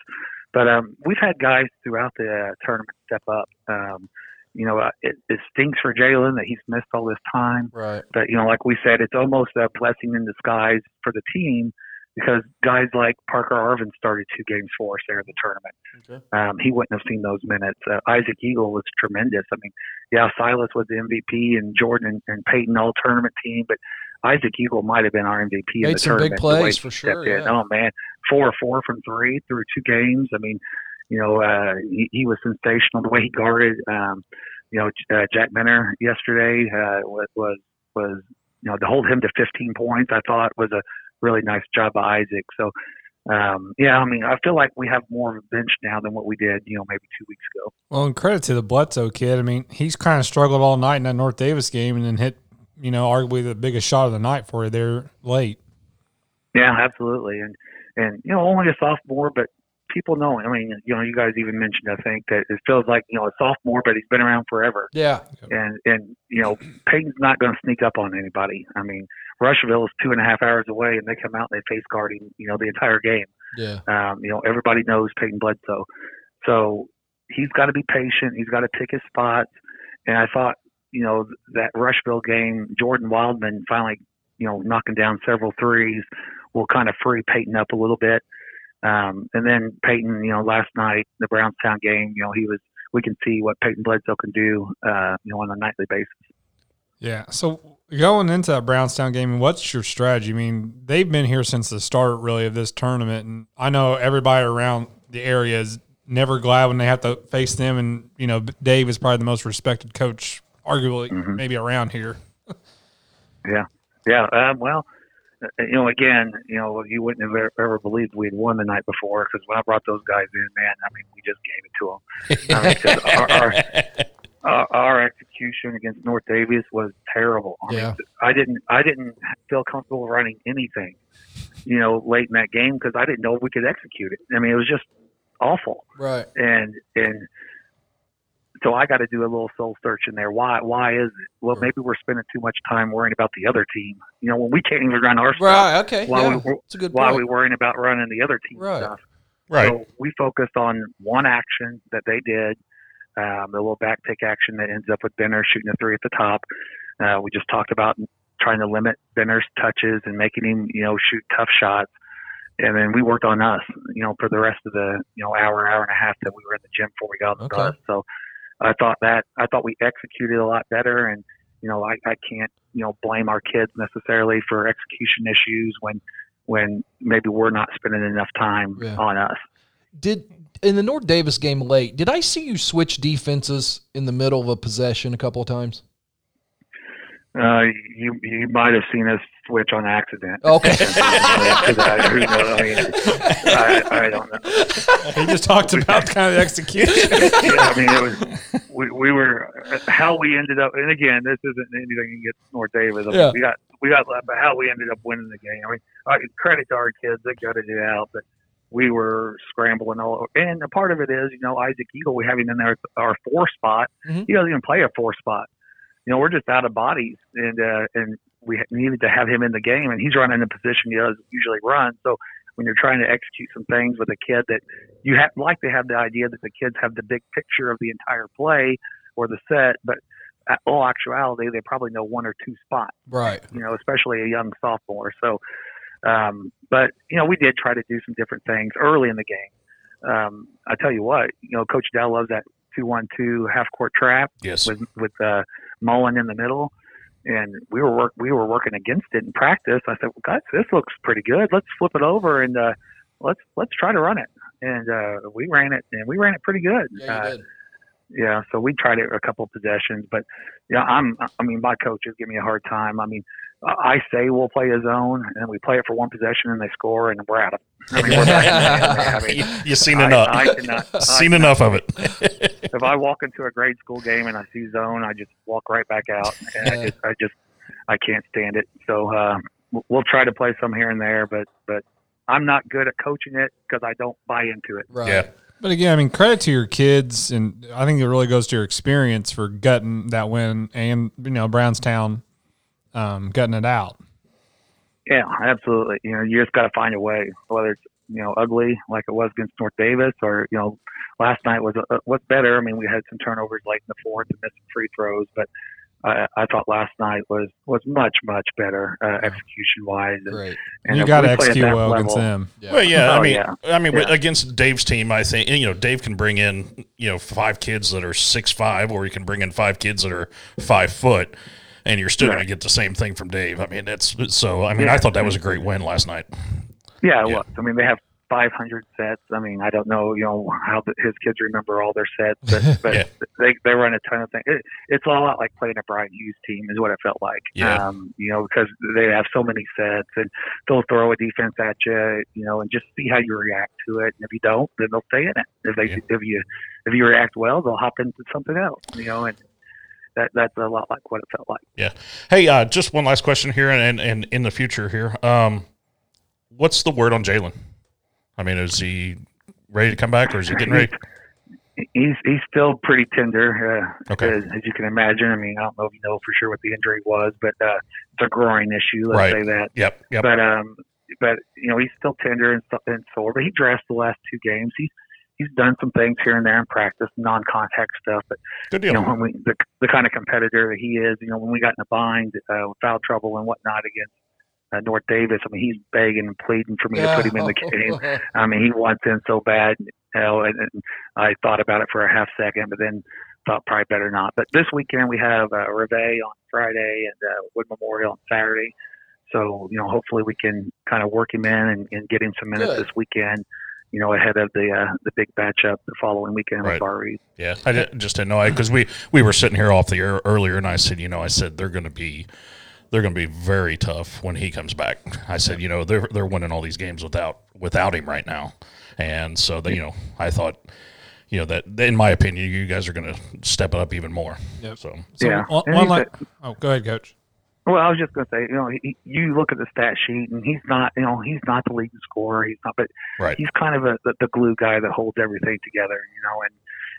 Speaker 4: But um, we've had guys throughout the uh, tournament step up. Um, you know, uh, it, it stinks for Jalen that he's missed all this time
Speaker 1: Right.
Speaker 4: but you know, like we said, it's almost a blessing in disguise for the team because guys like Parker Arvin started two games for us there in the tournament. Um, he wouldn't have seen those minutes. Uh, Isaac Eagle was tremendous. I mean, yeah, Silas was the MVP and Jordan and, and Peyton all tournament team, but Isaac Eagle might have been our MVP in
Speaker 1: Made
Speaker 4: the
Speaker 1: some big
Speaker 4: tournament. the way
Speaker 1: plays
Speaker 4: he
Speaker 1: for
Speaker 4: stepped
Speaker 1: sure,
Speaker 4: in.
Speaker 1: yeah.
Speaker 4: Oh man, four or four from three through two games. I mean, you know, uh, he, he was sensational the way he guarded. Um, you know, J- uh, Jack Minner yesterday uh, was, was was you know to hold him to 15 points. I thought was a really nice job by Isaac. So um, yeah, I mean, I feel like we have more of a bench now than what we did, you know, maybe two weeks ago.
Speaker 2: Well, and credit to the Bledsoe kid. I mean, he's kind of struggled all night in that North Davis game and then hit, you know, arguably the biggest shot of the night for you there late.
Speaker 4: Yeah, absolutely. And and you know, only a sophomore, but people know. I mean, you know, you guys even mentioned I think that it feels like you know a sophomore, but he's been around forever.
Speaker 1: Yeah.
Speaker 4: And and you know, Peyton's not going to sneak up on anybody. I mean, Rushville is two and a half hours away, and they come out and they face guard him. You know, the entire game.
Speaker 1: Yeah.
Speaker 4: Um, you know, everybody knows Peyton Bledsoe. So he's got to be patient. He's got to pick his spots. And I thought, you know, that Rushville game, Jordan Wildman finally, you know, knocking down several threes will kind of free Peyton up a little bit. Um, and then Peyton, you know, last night, the Brownstown game, you know, he was, we can see what Peyton Bledsoe can do, uh, you know, on a nightly basis.
Speaker 2: Yeah. So going into that Brownstown game, what's your strategy? I mean, they've been here since the start, really, of this tournament, and I know everybody around the area is never glad when they have to face them. And you know, Dave is probably the most respected coach, arguably, maybe around here.
Speaker 4: Yeah, yeah. Um, well, uh, you know, again, you know, you wouldn't have ever, ever believed we had won the night before because when I brought those guys in, man, I mean, we just gave it to them. I mean, 'cause our, our, our, our execution against North Davis was terrible. I mean,
Speaker 1: Yeah.
Speaker 4: I didn't, I didn't feel comfortable running anything, you know, late in that game because I didn't know if we could execute it. I mean, it was just awful
Speaker 1: Right.
Speaker 4: and and so I got to do a little soul search in there. Why why is it? Well,
Speaker 1: Sure.
Speaker 4: maybe we're spending too much time worrying about the other team. You know, when we can't even run our stuff,
Speaker 1: Right. Okay.
Speaker 4: Why
Speaker 1: yeah.
Speaker 4: we-
Speaker 1: It's a good
Speaker 4: why are we
Speaker 1: point.
Speaker 4: worrying about running the other team's
Speaker 1: Right.
Speaker 4: stuff?
Speaker 3: Right.
Speaker 4: So we focused on one action that they did, um, the little back pick action that ends up with Benner shooting a three at the top. Uh, we just talked about trying to limit Benner's touches and making him, you know, shoot tough shots. And then we worked on us, you know, for the rest of the, you know, hour, hour and a half that we were in the gym before we got on the
Speaker 1: Okay.
Speaker 4: bus. So I thought that I thought we executed a lot better and you know, I, I can't, you know, blame our kids necessarily for execution issues when when maybe we're not spending enough time
Speaker 1: Yeah.
Speaker 4: on us.
Speaker 1: Did in the North Davis game late? Did I see you switch defenses in the middle of a possession a couple of times?
Speaker 4: Uh, you you might have seen us switch on accident.
Speaker 1: Okay.
Speaker 4: 'Cause I, who knows? I, mean, I, I don't know.
Speaker 2: he just talked about kind of the execution.
Speaker 4: Yeah, I mean, it was we, we were how we ended up. And again, this isn't anything against North Davis. I mean,
Speaker 1: Yeah.
Speaker 4: We got we got left, but how we ended up winning the game. I mean, I, credit to our kids; they gutted it out, but we were scrambling all. Over. And a part of it is, you know, Isaac Eagle. We have him in there at our four spot.
Speaker 1: Mhm.
Speaker 4: He doesn't even play a four spot. You know, we're just out of bodies, and uh, and we needed to have him in the game, and he's running in a position he does usually run. So when you're trying to execute some things with a kid that you have like to have the idea that the kids have the big picture of the entire play or the set, but at all actuality, they probably know one or two spots,
Speaker 1: Right.
Speaker 4: you know, especially a young sophomore. So, um, but you know, we did try to do some different things early in the game. Um, I tell you what, you know, Coach Dell loves that two-one-two half-court trap
Speaker 3: yes.
Speaker 4: with with uh, Mullen in the middle, and we were work, we were working against it in practice. I said, well, "Guys, this looks pretty good. Let's flip it over and uh, let's let's try to run it." And uh, we ran it, and we ran it pretty good.
Speaker 1: Yeah,
Speaker 4: uh,
Speaker 1: you did.
Speaker 4: yeah, so we tried it a couple of possessions, but yeah, I'm. I mean, my coaches give me a hard time. I mean, I I say we'll play a zone, and we play it for one possession, and they score, and we're out of. I mean, we're back in the game.
Speaker 3: you,
Speaker 4: I mean,
Speaker 3: you seen
Speaker 4: I-
Speaker 3: enough.
Speaker 4: I cannot- I
Speaker 3: seen enough of it.
Speaker 4: if I walk into a grade school game and I see zone, I just walk right back out. And I just, I just, I can't stand it. So uh, w- we'll try to play some here and there, but but I'm not good at coaching it because I don't buy into it.
Speaker 1: Right.
Speaker 3: yeah.
Speaker 2: But again, I mean, credit to your kids, and I think it really goes to your experience for gutting that win, and you know, Brownstown um, gutting it out.
Speaker 4: Yeah, absolutely. You know, you just got to find a way, whether it's you know ugly like it was against North Davis, or you know, last night was uh, what's better. I mean, we had some turnovers late in the fourth and missed some free throws, but I, I thought last night was was much much better uh, execution wise. And,
Speaker 1: Great.
Speaker 4: and
Speaker 2: you
Speaker 4: if
Speaker 2: got to
Speaker 4: we play at
Speaker 2: execute
Speaker 4: that
Speaker 2: well against
Speaker 4: level-
Speaker 2: them.
Speaker 1: Yeah.
Speaker 3: Well, yeah. I
Speaker 4: Oh,
Speaker 3: mean,
Speaker 4: yeah.
Speaker 3: I mean, with
Speaker 4: Yeah.
Speaker 3: against Dave's team, I think and, you know Dave can bring in you know five kids that are six five, or you can bring in five kids that are five foot, and you're still going to get the same thing from Dave. I mean, that's so. I mean, I
Speaker 4: Yeah.
Speaker 3: thought that was a great win last night.
Speaker 4: Yeah, it
Speaker 3: Yeah.
Speaker 4: was. I mean, they have 500 sets. I mean, I don't know, you know, how the, his kids remember all their sets, but, but
Speaker 3: Yeah.
Speaker 4: they they run a ton of things. It, it's a lot like playing a Brian Hughes team, is what it felt like.
Speaker 3: Yeah.
Speaker 4: Um, you know, because they have so many sets, and they'll throw a defense at you, you know, and just see how you react to it. And if you don't, then they'll stay in it. If they
Speaker 3: Yeah.
Speaker 4: if you if you react well, they'll hop into something else. You know, and that that's a lot like what it felt like.
Speaker 3: Yeah. Hey, uh, just one last question here, and and in the future here, um, what's the word on Jalen? I mean, is he ready to come back, or is he getting ready?
Speaker 4: He's he's still pretty tender, uh,
Speaker 3: Okay.
Speaker 4: as, as you can imagine. I mean, I don't know if you know for sure what the injury was, but uh, it's a groin issue. Let's
Speaker 3: Right.
Speaker 4: say that.
Speaker 3: Yep, yep.
Speaker 4: But um, but you know he's still tender and, so- and sore. But he dressed the last two games. He's he's done some things here and there in practice, non-contact stuff. But
Speaker 3: Good
Speaker 4: you
Speaker 3: deal.
Speaker 4: know when we the, the kind of competitor that he is, you know when we got in a bind, uh, with foul trouble and whatnot against uh, North Davis. I mean he's begging and pleading for me to put him in the game. I mean, he wants in so bad. You know, and, and I thought about it for a half second, but then thought probably better not. But this weekend we have uh, Reve on Friday and uh, Wood Memorial on Saturday. So you know, hopefully we can kind of work him in and, and get him some minutes
Speaker 1: Good.
Speaker 4: this weekend. You know, ahead of the uh, the big matchup the following weekend
Speaker 3: Right.
Speaker 4: with Barry.
Speaker 3: Yeah, I didn't, just didn't know because we we were sitting here off the air earlier, and I said, you know, I said they're going to be they're going to be very tough when he comes back. I said, you know, they're they're winning all these games without without him right now, and so they, you know, I thought, you know, that in my opinion, you guys are going to step it up even more.
Speaker 2: Yep.
Speaker 3: So
Speaker 2: So
Speaker 4: Yeah.
Speaker 2: one,
Speaker 4: And
Speaker 2: one
Speaker 4: he's
Speaker 2: like, oh, go ahead, coach.
Speaker 4: Well, I was just going to say, you know, he, you look at the stat sheet, and he's not, you know, he's not the leading scorer. He's not, but
Speaker 3: right,
Speaker 4: he's kind of a, the, the glue guy that holds everything together, you know, and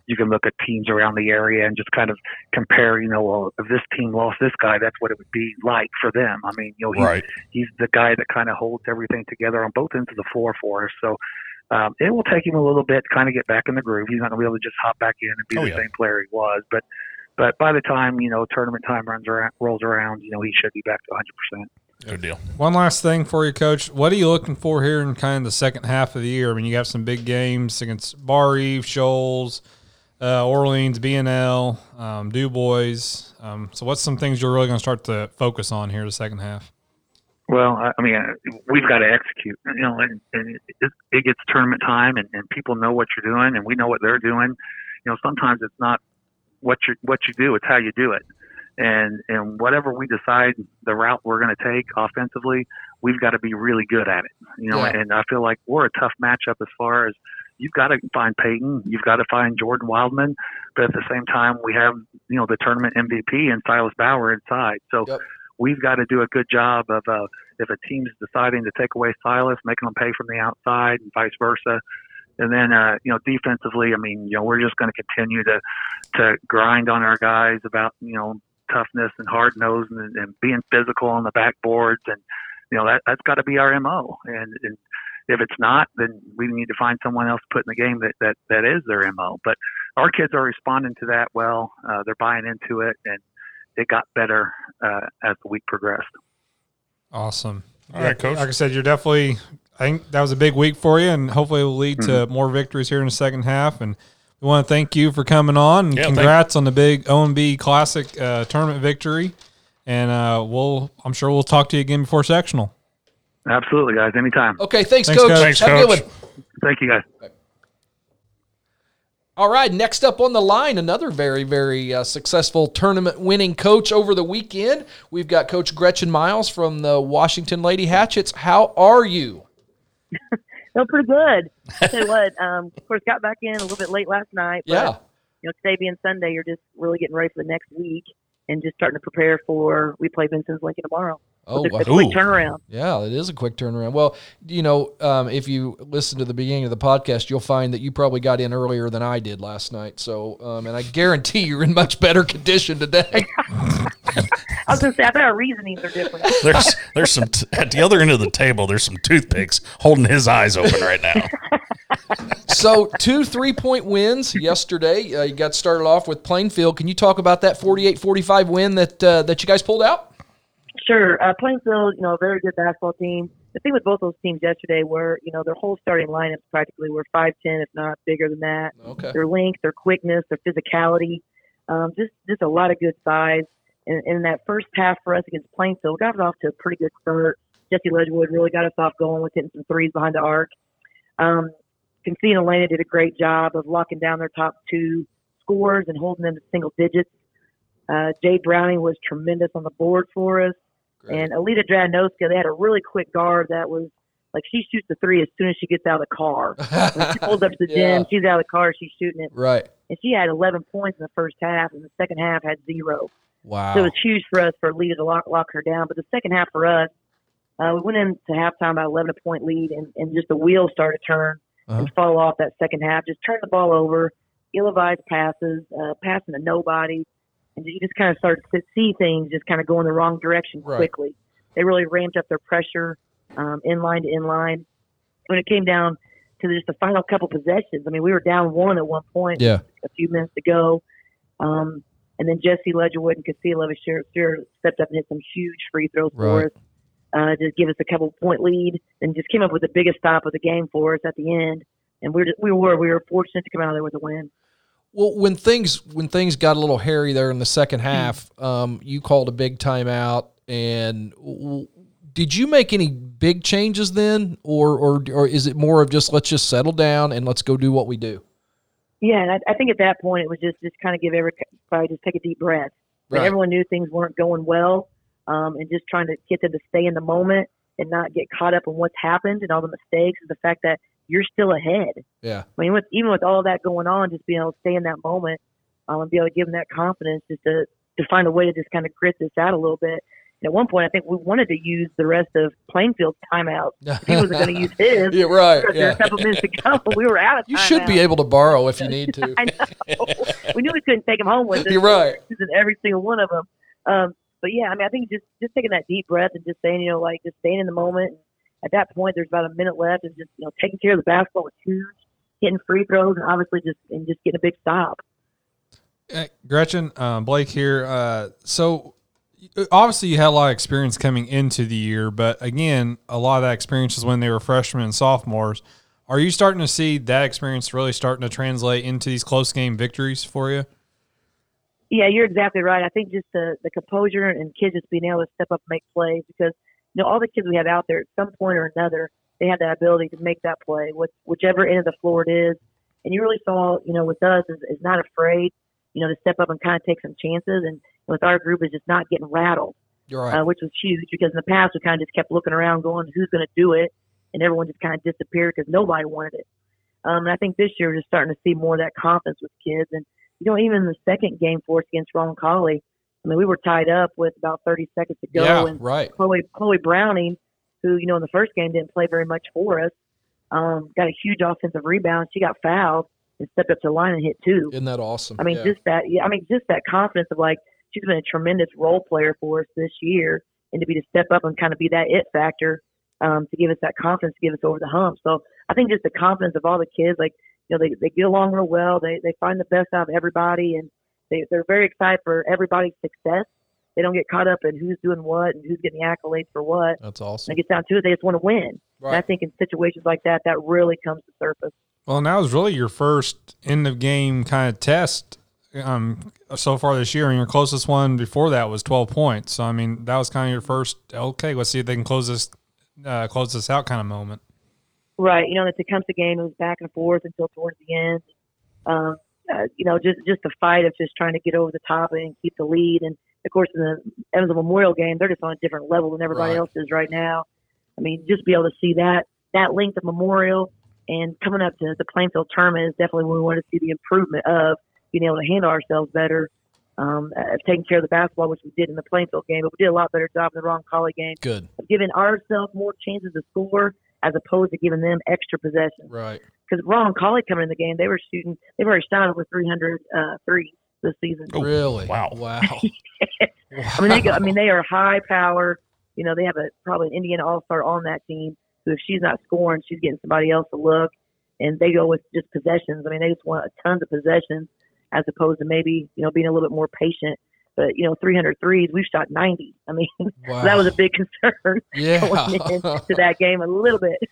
Speaker 4: you can look at teams around the area and just kind of compare, you know, well, if this team lost this guy, that's what it would be like for them. I mean, you know, he's,
Speaker 3: right,
Speaker 4: he's the guy that kind of holds everything together on both ends of the floor for us. So um, it will take him a little bit to kind of get back in the groove. He's not going to be able to just hop back in and be
Speaker 3: Oh,
Speaker 4: the
Speaker 3: yeah.
Speaker 4: same player he was. But but by the time, you know, tournament time runs around, rolls around, you know, he should be back to 100%.
Speaker 3: good deal.
Speaker 2: One last thing for you, coach. What are you looking for here in kind of the second half of the year? I mean, you have some big games against Bar Eve, Shoals, uh, Orleans, BNL, um, Du Bois. Um, so, what's some things you're really going to start to focus on here the second half?
Speaker 4: Well, I I mean, uh, we've got to execute. You know, and, and it, it gets tournament time, and, and people know what you're doing, and we know what they're doing. You know, sometimes it's not what you what you do; it's how you do it. And and whatever we decide the route we're going to take offensively, we've got to be really good at it. You know,
Speaker 1: Yeah.
Speaker 4: and I feel like we're a tough matchup as far as you've got to find Peyton, you've got to find Jordan Wildman, but at the same time, we have you know the tournament MVP and Silas Bauer inside. So
Speaker 1: Yep.
Speaker 4: we've got to do a good job of uh, if a team's deciding to take away Silas, making them pay from the outside, and vice versa. And then uh, you know defensively, I mean you know we're just going to continue to to grind on our guys about you know toughness and hard nose and, and being physical on the backboards and you know that that's got to be our mo and. and if it's not, then we need to find someone else to put in the game that, that, that is their MO. But our kids are responding to that well. Uh, they're buying into it, and it got better uh, as the week progressed.
Speaker 2: Awesome.
Speaker 3: All right, coach.
Speaker 2: Like I said, you're definitely. I think that was a big week for you, and hopefully it will lead to
Speaker 3: Mm-hmm.
Speaker 2: more victories here in the second half. And we want to thank you for coming on. And
Speaker 3: Yeah, thank-
Speaker 2: congrats on the big OMB Classic uh, tournament victory. And uh, we'll, I'm sure we'll talk to you again before sectional.
Speaker 4: Absolutely, guys. Anytime.
Speaker 1: Okay, thanks,
Speaker 2: Thanks,
Speaker 1: coach.
Speaker 2: coach.
Speaker 3: Thanks,
Speaker 1: Have a good
Speaker 3: coach.
Speaker 1: one.
Speaker 4: Thank you, guys.
Speaker 1: All right, next up on the line, another very, very uh, successful tournament winning coach over the weekend. We've got Coach Gretchen Miles from the Washington Lady Hatchets. How are you?
Speaker 5: No, pretty good. I tell you what, um, of course, got back in a little bit late last night. But,
Speaker 1: Yeah.
Speaker 5: You know, today being Sunday, you're just really getting ready for the next week and just starting to prepare for we play Vincent's Lincoln tomorrow.
Speaker 1: Oh,
Speaker 5: it's
Speaker 1: wow.
Speaker 5: a quick
Speaker 3: Ooh.
Speaker 5: turnaround.
Speaker 1: Yeah, it is a quick turnaround. Well, you know, um, if you listen to the beginning of the podcast, you'll find that you probably got in earlier than I did last night. So, um, and I guarantee you're in much better condition today.
Speaker 5: I was going to say, I bet our reasonings are different.
Speaker 3: There's there's some t- at the other end of the table. There's some toothpicks holding his eyes open right now.
Speaker 1: so, two three point wins yesterday. Uh, you got started off with Plainfield. Can you talk about that 48 45 win that, uh, that you guys pulled out?
Speaker 5: Sure. Uh, Plainfield, you know, a very good basketball team. The thing with both those teams yesterday were, you know, their whole starting lineups practically were 5'10, if not bigger than that.
Speaker 1: Okay.
Speaker 5: their length, their quickness, their physicality, um, just just a lot of good size. And in that first half for us against Plainfield, got it off to a pretty good start. Jesse Ledgewood really got us off going with hitting some threes behind the arc. Um, Concede and Elena did a great job of locking down their top two scores and holding them to single digits. Uh, Jay Browning was tremendous on the board for us. And Alita Dranowska, they had a really quick guard that was like she shoots the three as soon as she gets out of the car. When she pulls up to the
Speaker 1: Yeah.
Speaker 5: gym, she's out of the car, she's shooting it
Speaker 1: Right.
Speaker 5: and she had 11 points in the first half, and the second half had zero.
Speaker 1: Wow.
Speaker 5: So it was huge for us for Lita to lock, lock her down. But the second half for us, uh, we went into halftime by 11 a point lead, and, and just the wheels started to turn.
Speaker 1: Uh-huh.
Speaker 5: and fall off that second half. Just turn the ball over, ill-advised passes, uh, passing to nobody, and you just kind of start to see things just kind of go in the wrong direction
Speaker 1: Right.
Speaker 5: quickly. They really ramped up their pressure um, in line to in line. When it came down to just the final couple possessions, I mean, we were down one at one point
Speaker 1: Yeah.
Speaker 5: a few minutes to go. Um, and then Jesse Ledgerwood and Casilla Sheriff stepped up and hit some huge free throws
Speaker 1: Right.
Speaker 5: for us uh, to give us a couple point lead, and just came up with the biggest stop of the game for us at the end. And we were we were we were fortunate to come out of there with a win.
Speaker 1: Well, when things when things got a little hairy there in the second half, um, you called a big timeout, and w- did you make any big changes then, or or or is it more of just let's just settle down and let's go do what we do?
Speaker 5: Yeah, and I, I think at that point it was just just kind of give everybody just take a deep breath. Like,
Speaker 1: Right.
Speaker 5: Everyone knew things weren't going well, um, and just trying to get them to stay in the moment and not get caught up in what's happened and all the mistakes and the fact that you're still ahead.
Speaker 1: Yeah,
Speaker 5: I mean, with, even with all that going on, just being able to stay in that moment um, and be able to give them that confidence just to, to find a way to just kind of grit this out a little bit. And at one point, I think we wanted to use the rest of Plainfield's timeout. If he wasn't going to use his
Speaker 1: yeah, right.
Speaker 5: because there were
Speaker 1: Yeah,
Speaker 5: a couple minutes to go. We were out of
Speaker 1: you should be
Speaker 5: timeout.
Speaker 1: able to borrow if you need to.
Speaker 5: I know. we knew we couldn't take him home with us.
Speaker 1: You're right.
Speaker 5: Using every single one of them. Um, but yeah, I mean, I think just just taking that deep breath and just saying, you know, like just staying in the moment. At that point, there's about a minute left, and just you know, taking care of the basketball was huge. Hitting free throws, and obviously just and just getting a big stop.
Speaker 2: Uh, Gretchen, uh, Blake here. Uh, so uh, obviously you had a lot of experience coming into the year, but again, a lot of that experience was when they were freshmen and sophomores. Are you starting to see that experience really starting to translate into these close game victories for you?
Speaker 5: Yeah, you're exactly right. I think just the the composure and kids just being able to step up and make plays because you know all the kids we have out there at some point or another they have that ability to make that play, which, whichever end of the floor it is. And you really saw, you know, with us is, is not afraid, you know, to step up and kind of take some chances. And with our group is just not getting rattled,
Speaker 1: You're right.
Speaker 5: uh, which was huge because in the past we kind of just kept looking around, going, who's going to do it, and everyone just kind of disappeared because nobody wanted it. Um, and I think this year we're just starting to see more of that confidence with kids. And you know, even in the second game for us against Ron Colley, I mean, we were tied up with about 30 seconds to go,
Speaker 1: Yeah,
Speaker 5: and
Speaker 1: right.
Speaker 5: Chloe Chloe Browning, who you know in the first game didn't play very much for us, um, got a huge offensive rebound. She got fouled and stepped up to the line and hit two.
Speaker 1: Isn't that awesome?
Speaker 5: I mean,
Speaker 1: Yeah.
Speaker 5: just that. Yeah, I mean, just that confidence of like she's been a tremendous role player for us this year, and to be to step up and kind of be that it factor um, to give us that confidence, to give us over the hump. So I think just the confidence of all the kids, like you know, they they get along real well. They they find the best out of everybody, and they they're very excited for everybody's success. They don't get caught up in who's doing what and who's getting the accolades for what.
Speaker 1: that's awesome.
Speaker 5: When it gets down to it, they just want to win. And I
Speaker 1: Right.
Speaker 5: think in situations like that, that really comes to surface.
Speaker 2: Well, now is really your first end of game kind of test um, so far this year, and your closest one before that was twelve points. So I mean, that was kind of your first. Okay, let's see if they can close this uh, close this out kind of moment.
Speaker 5: Right. You know, the Tecumseh game, it was back and forth until towards the end. Um, uh, you know, just just the fight of just trying to get over the top and keep the lead. And of course, in the Evansville Memorial game, they're just on a different level than everybody
Speaker 1: Right.
Speaker 5: else is right now. I mean, just be able to see that that length of Memorial and coming up to the Plainfield tournament is definitely what we want to see the improvement of being able to handle ourselves better, um, uh, taking care of the basketball, which we did in the Plainfield game, but we did a lot better job in the Ron Colley game
Speaker 1: Good.
Speaker 5: of giving ourselves more chances to score as opposed to giving them extra possessions.
Speaker 1: Right.
Speaker 5: Because Ron Colley coming in the game, they were shooting, they've already shot over 300 uh, threes this season.
Speaker 3: Oh,
Speaker 1: really.
Speaker 3: wow.
Speaker 1: Wow.
Speaker 5: I mean, they go, I mean, they are high power. You know, they have a probably an Indian All Star on that team. So if she's not scoring, she's getting somebody else to look. And they go with just possessions. I mean, they just want a tons of possessions as opposed to maybe you know being a little bit more patient. But you know, 300 threes, we've shot 90. I mean,
Speaker 1: wow.
Speaker 5: that was a big concern going
Speaker 1: yeah.
Speaker 5: into that game a little bit.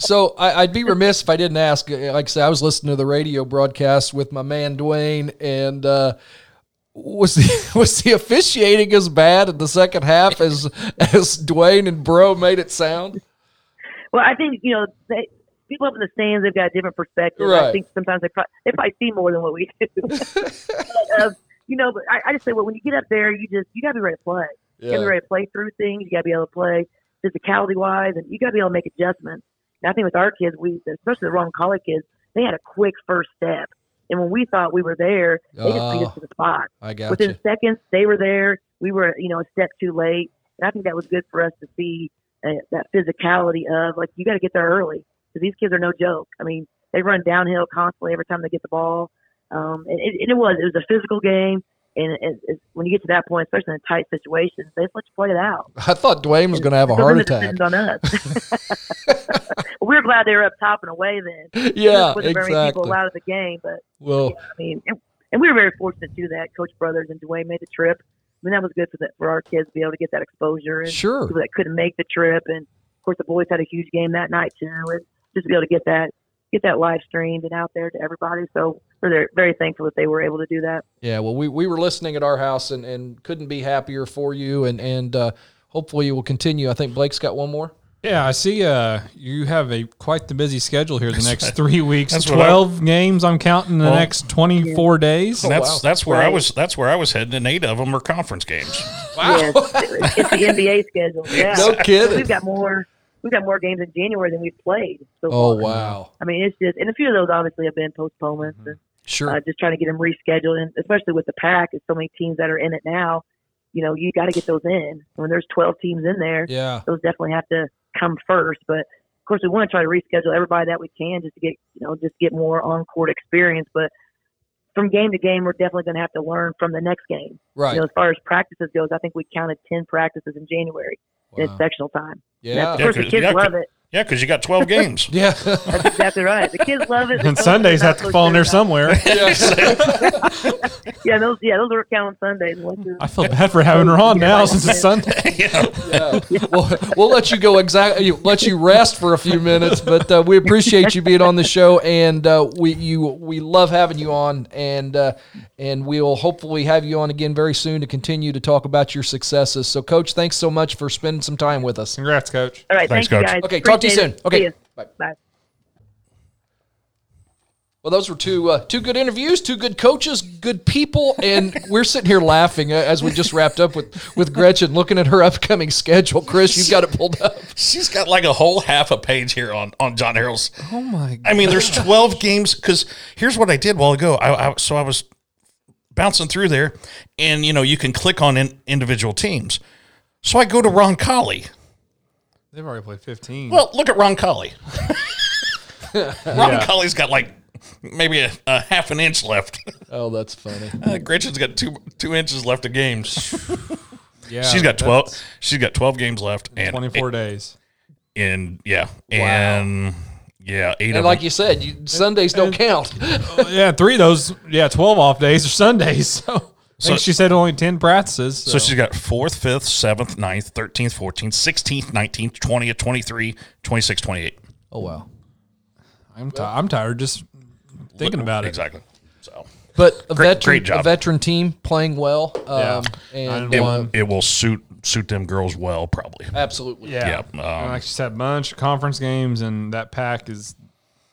Speaker 1: So I, I'd be remiss if I didn't ask. uh, Like I said, I was listening to the radio broadcast with my man Dwayne, and uh, was the was the officiating as bad in the second half as as Dwayne and Bro made it sound?
Speaker 5: Well, I think you know they, people up in the stands they've got a different perspective.
Speaker 1: Right.
Speaker 5: I think sometimes they probably, they probably see more than what we do. but, um, you know, but I, I just say, well, when you get up there, you just you got to be ready to play. You got to be ready to play through things. You got to be able to play physicality wise, and you got to be able to make adjustments. And I think with our kids, we especially the wrong collar kids, they had a quick first step, and when we thought we were there, they just beat
Speaker 1: Oh.
Speaker 5: us to the spot
Speaker 1: I got
Speaker 5: within
Speaker 1: you.
Speaker 5: seconds they were there we were you know a step too late and i think that was good for us to see uh, that physicality of like you got to get there early because these kids are no joke. I mean, they run downhill constantly every time they get the ball. Um, and it, and it was it was a physical game, and it, it, when you get to that point, especially in tight situations, they just let you play it out.
Speaker 1: I thought Dwayne was going to have a
Speaker 5: Something
Speaker 1: heart
Speaker 5: that
Speaker 1: attack.
Speaker 5: depends on us. We're glad they were up top and away then.
Speaker 1: Yeah,
Speaker 5: wasn't very many people
Speaker 1: exactly.
Speaker 5: allowed at the game, but
Speaker 1: Well,
Speaker 5: I mean, and, and we were very fortunate to do that. Coach Brothers and Dwayne made the trip. I mean, that was good for the, for our kids to be able to get that exposure and
Speaker 1: sure.
Speaker 5: people that couldn't make the trip. And of course, the boys had a huge game that night too, and just to be able to get that get that live streamed and out there to everybody. So we're very- very thankful that they were able to do that.
Speaker 1: Yeah, well, we, we were listening at our house and, and couldn't be happier for you. And, and uh, hopefully you will continue. I think Blake's got one more.
Speaker 2: Yeah, I see. Uh, you have a quite the busy schedule here. The next three weeks,
Speaker 3: That's what I-
Speaker 2: twelve games. I'm counting the
Speaker 3: Well-
Speaker 2: next twenty four days.
Speaker 3: And that's
Speaker 1: wow.
Speaker 3: that's where I
Speaker 5: Right.
Speaker 3: was that's where I was heading, and eight of them are conference games.
Speaker 5: Yes, it's the NBA schedule. Yeah,
Speaker 1: No kidding.
Speaker 5: We've got more. We've got more games in January than we've played. So
Speaker 1: Oh,
Speaker 5: far.
Speaker 1: wow. Mm-hmm.
Speaker 5: I mean, it's just, and a few of those obviously have been postponements. and uh,
Speaker 1: Sure.
Speaker 5: just trying to get them rescheduled, and especially with the pack, there's so many teams that are in it now. You know, you got to get those in. When there's 12 teams in there,
Speaker 1: Yeah.
Speaker 5: those definitely have to come first. But of course, we want to try to reschedule everybody that we can just to get you know just get more on court experience. But from game to game, we're definitely going to have to learn from the next game.
Speaker 1: Right.
Speaker 5: You know, as far as practices goes, I think we counted 10 practices in January, and
Speaker 1: Wow.
Speaker 5: it's sectional time. And that's-
Speaker 1: Yeah.
Speaker 5: of course, the
Speaker 3: Yeah,
Speaker 5: kids
Speaker 3: 'cause-
Speaker 5: love it.
Speaker 3: Yeah, because you got twelve games.
Speaker 1: Yeah.
Speaker 5: That's exactly right. The kids love it. The
Speaker 2: and
Speaker 5: coaches are
Speaker 2: Sundays
Speaker 5: not
Speaker 2: have to
Speaker 5: so
Speaker 2: fall in
Speaker 5: sure
Speaker 2: there
Speaker 5: about it.
Speaker 2: somewhere.
Speaker 1: yeah.
Speaker 5: Yeah, those yeah those are counting Sundays. Once you're-
Speaker 2: I feel bad for having her on now since it's Sunday.
Speaker 3: yeah.
Speaker 1: Yeah. Well, we'll let you go exactly. Let you rest for a few minutes, but uh, we appreciate you being on the show, and uh, we you we love having you on, and uh, and we'll hopefully have you on again very soon to continue to talk about your successes. So, Coach, thanks so much for spending some time with us.
Speaker 2: Congrats, coach.
Speaker 5: All right,
Speaker 3: Thanks,
Speaker 5: thank you
Speaker 3: Coach.
Speaker 5: guys.
Speaker 1: Okay, talk to you
Speaker 5: Appreciate
Speaker 1: soon.
Speaker 5: it. See
Speaker 1: Okay,
Speaker 5: ya.
Speaker 1: bye.
Speaker 5: Bye.
Speaker 1: Well, those were two uh, two good interviews, two good coaches, good people, and we're sitting here laughing uh, as we just wrapped up with with Gretchen looking at her upcoming schedule. Chris, you've got it pulled up.
Speaker 3: She's got like a whole half a page here on on John Harrell's.
Speaker 2: Oh my god.
Speaker 3: I mean, there's 12 games because here's what I did while ago. I, I so I was bouncing through there, and you know you can click on in, individual teams. So I go to Ron Colley.
Speaker 2: They've already played fifteen.
Speaker 3: Well, look at Ron Colley. Ron
Speaker 2: Yeah.
Speaker 3: Colley's got like maybe a, a half an inch left.
Speaker 1: Oh, that's funny.
Speaker 3: Uh, Gretchen's got two two inches left of games.
Speaker 2: yeah,
Speaker 3: she's got
Speaker 2: that's
Speaker 3: 12. She's got 12 games left, and
Speaker 2: Twenty four days.
Speaker 3: And yeah, and yeah, eight
Speaker 1: And
Speaker 3: of
Speaker 1: like
Speaker 3: them.
Speaker 1: you said, you, Sundays don't count.
Speaker 2: yeah, three of those. Yeah, twelve off days are Sundays. So,
Speaker 3: So-
Speaker 2: I think she said only ten practices.
Speaker 3: So she's got fourth, fifth, seventh, ninth, thirteenth, fourteenth, sixteenth, nineteenth, twentieth, twenty-three, twenty-six, twenty-eight.
Speaker 1: Oh wow.
Speaker 2: I'm ti I'm tired just thinking about it.
Speaker 3: Exactly. So
Speaker 1: But a
Speaker 3: Great-
Speaker 1: veteran,
Speaker 3: great job.
Speaker 1: a veteran team playing well, um,
Speaker 2: Yeah.
Speaker 1: and
Speaker 2: I
Speaker 3: it,
Speaker 1: uh,
Speaker 3: it will suit suit them girls well, probably.
Speaker 1: absolutely.
Speaker 2: Yeah.
Speaker 3: Yeah,
Speaker 2: And
Speaker 3: um,
Speaker 2: like she said, bunch of conference games, and that pack is,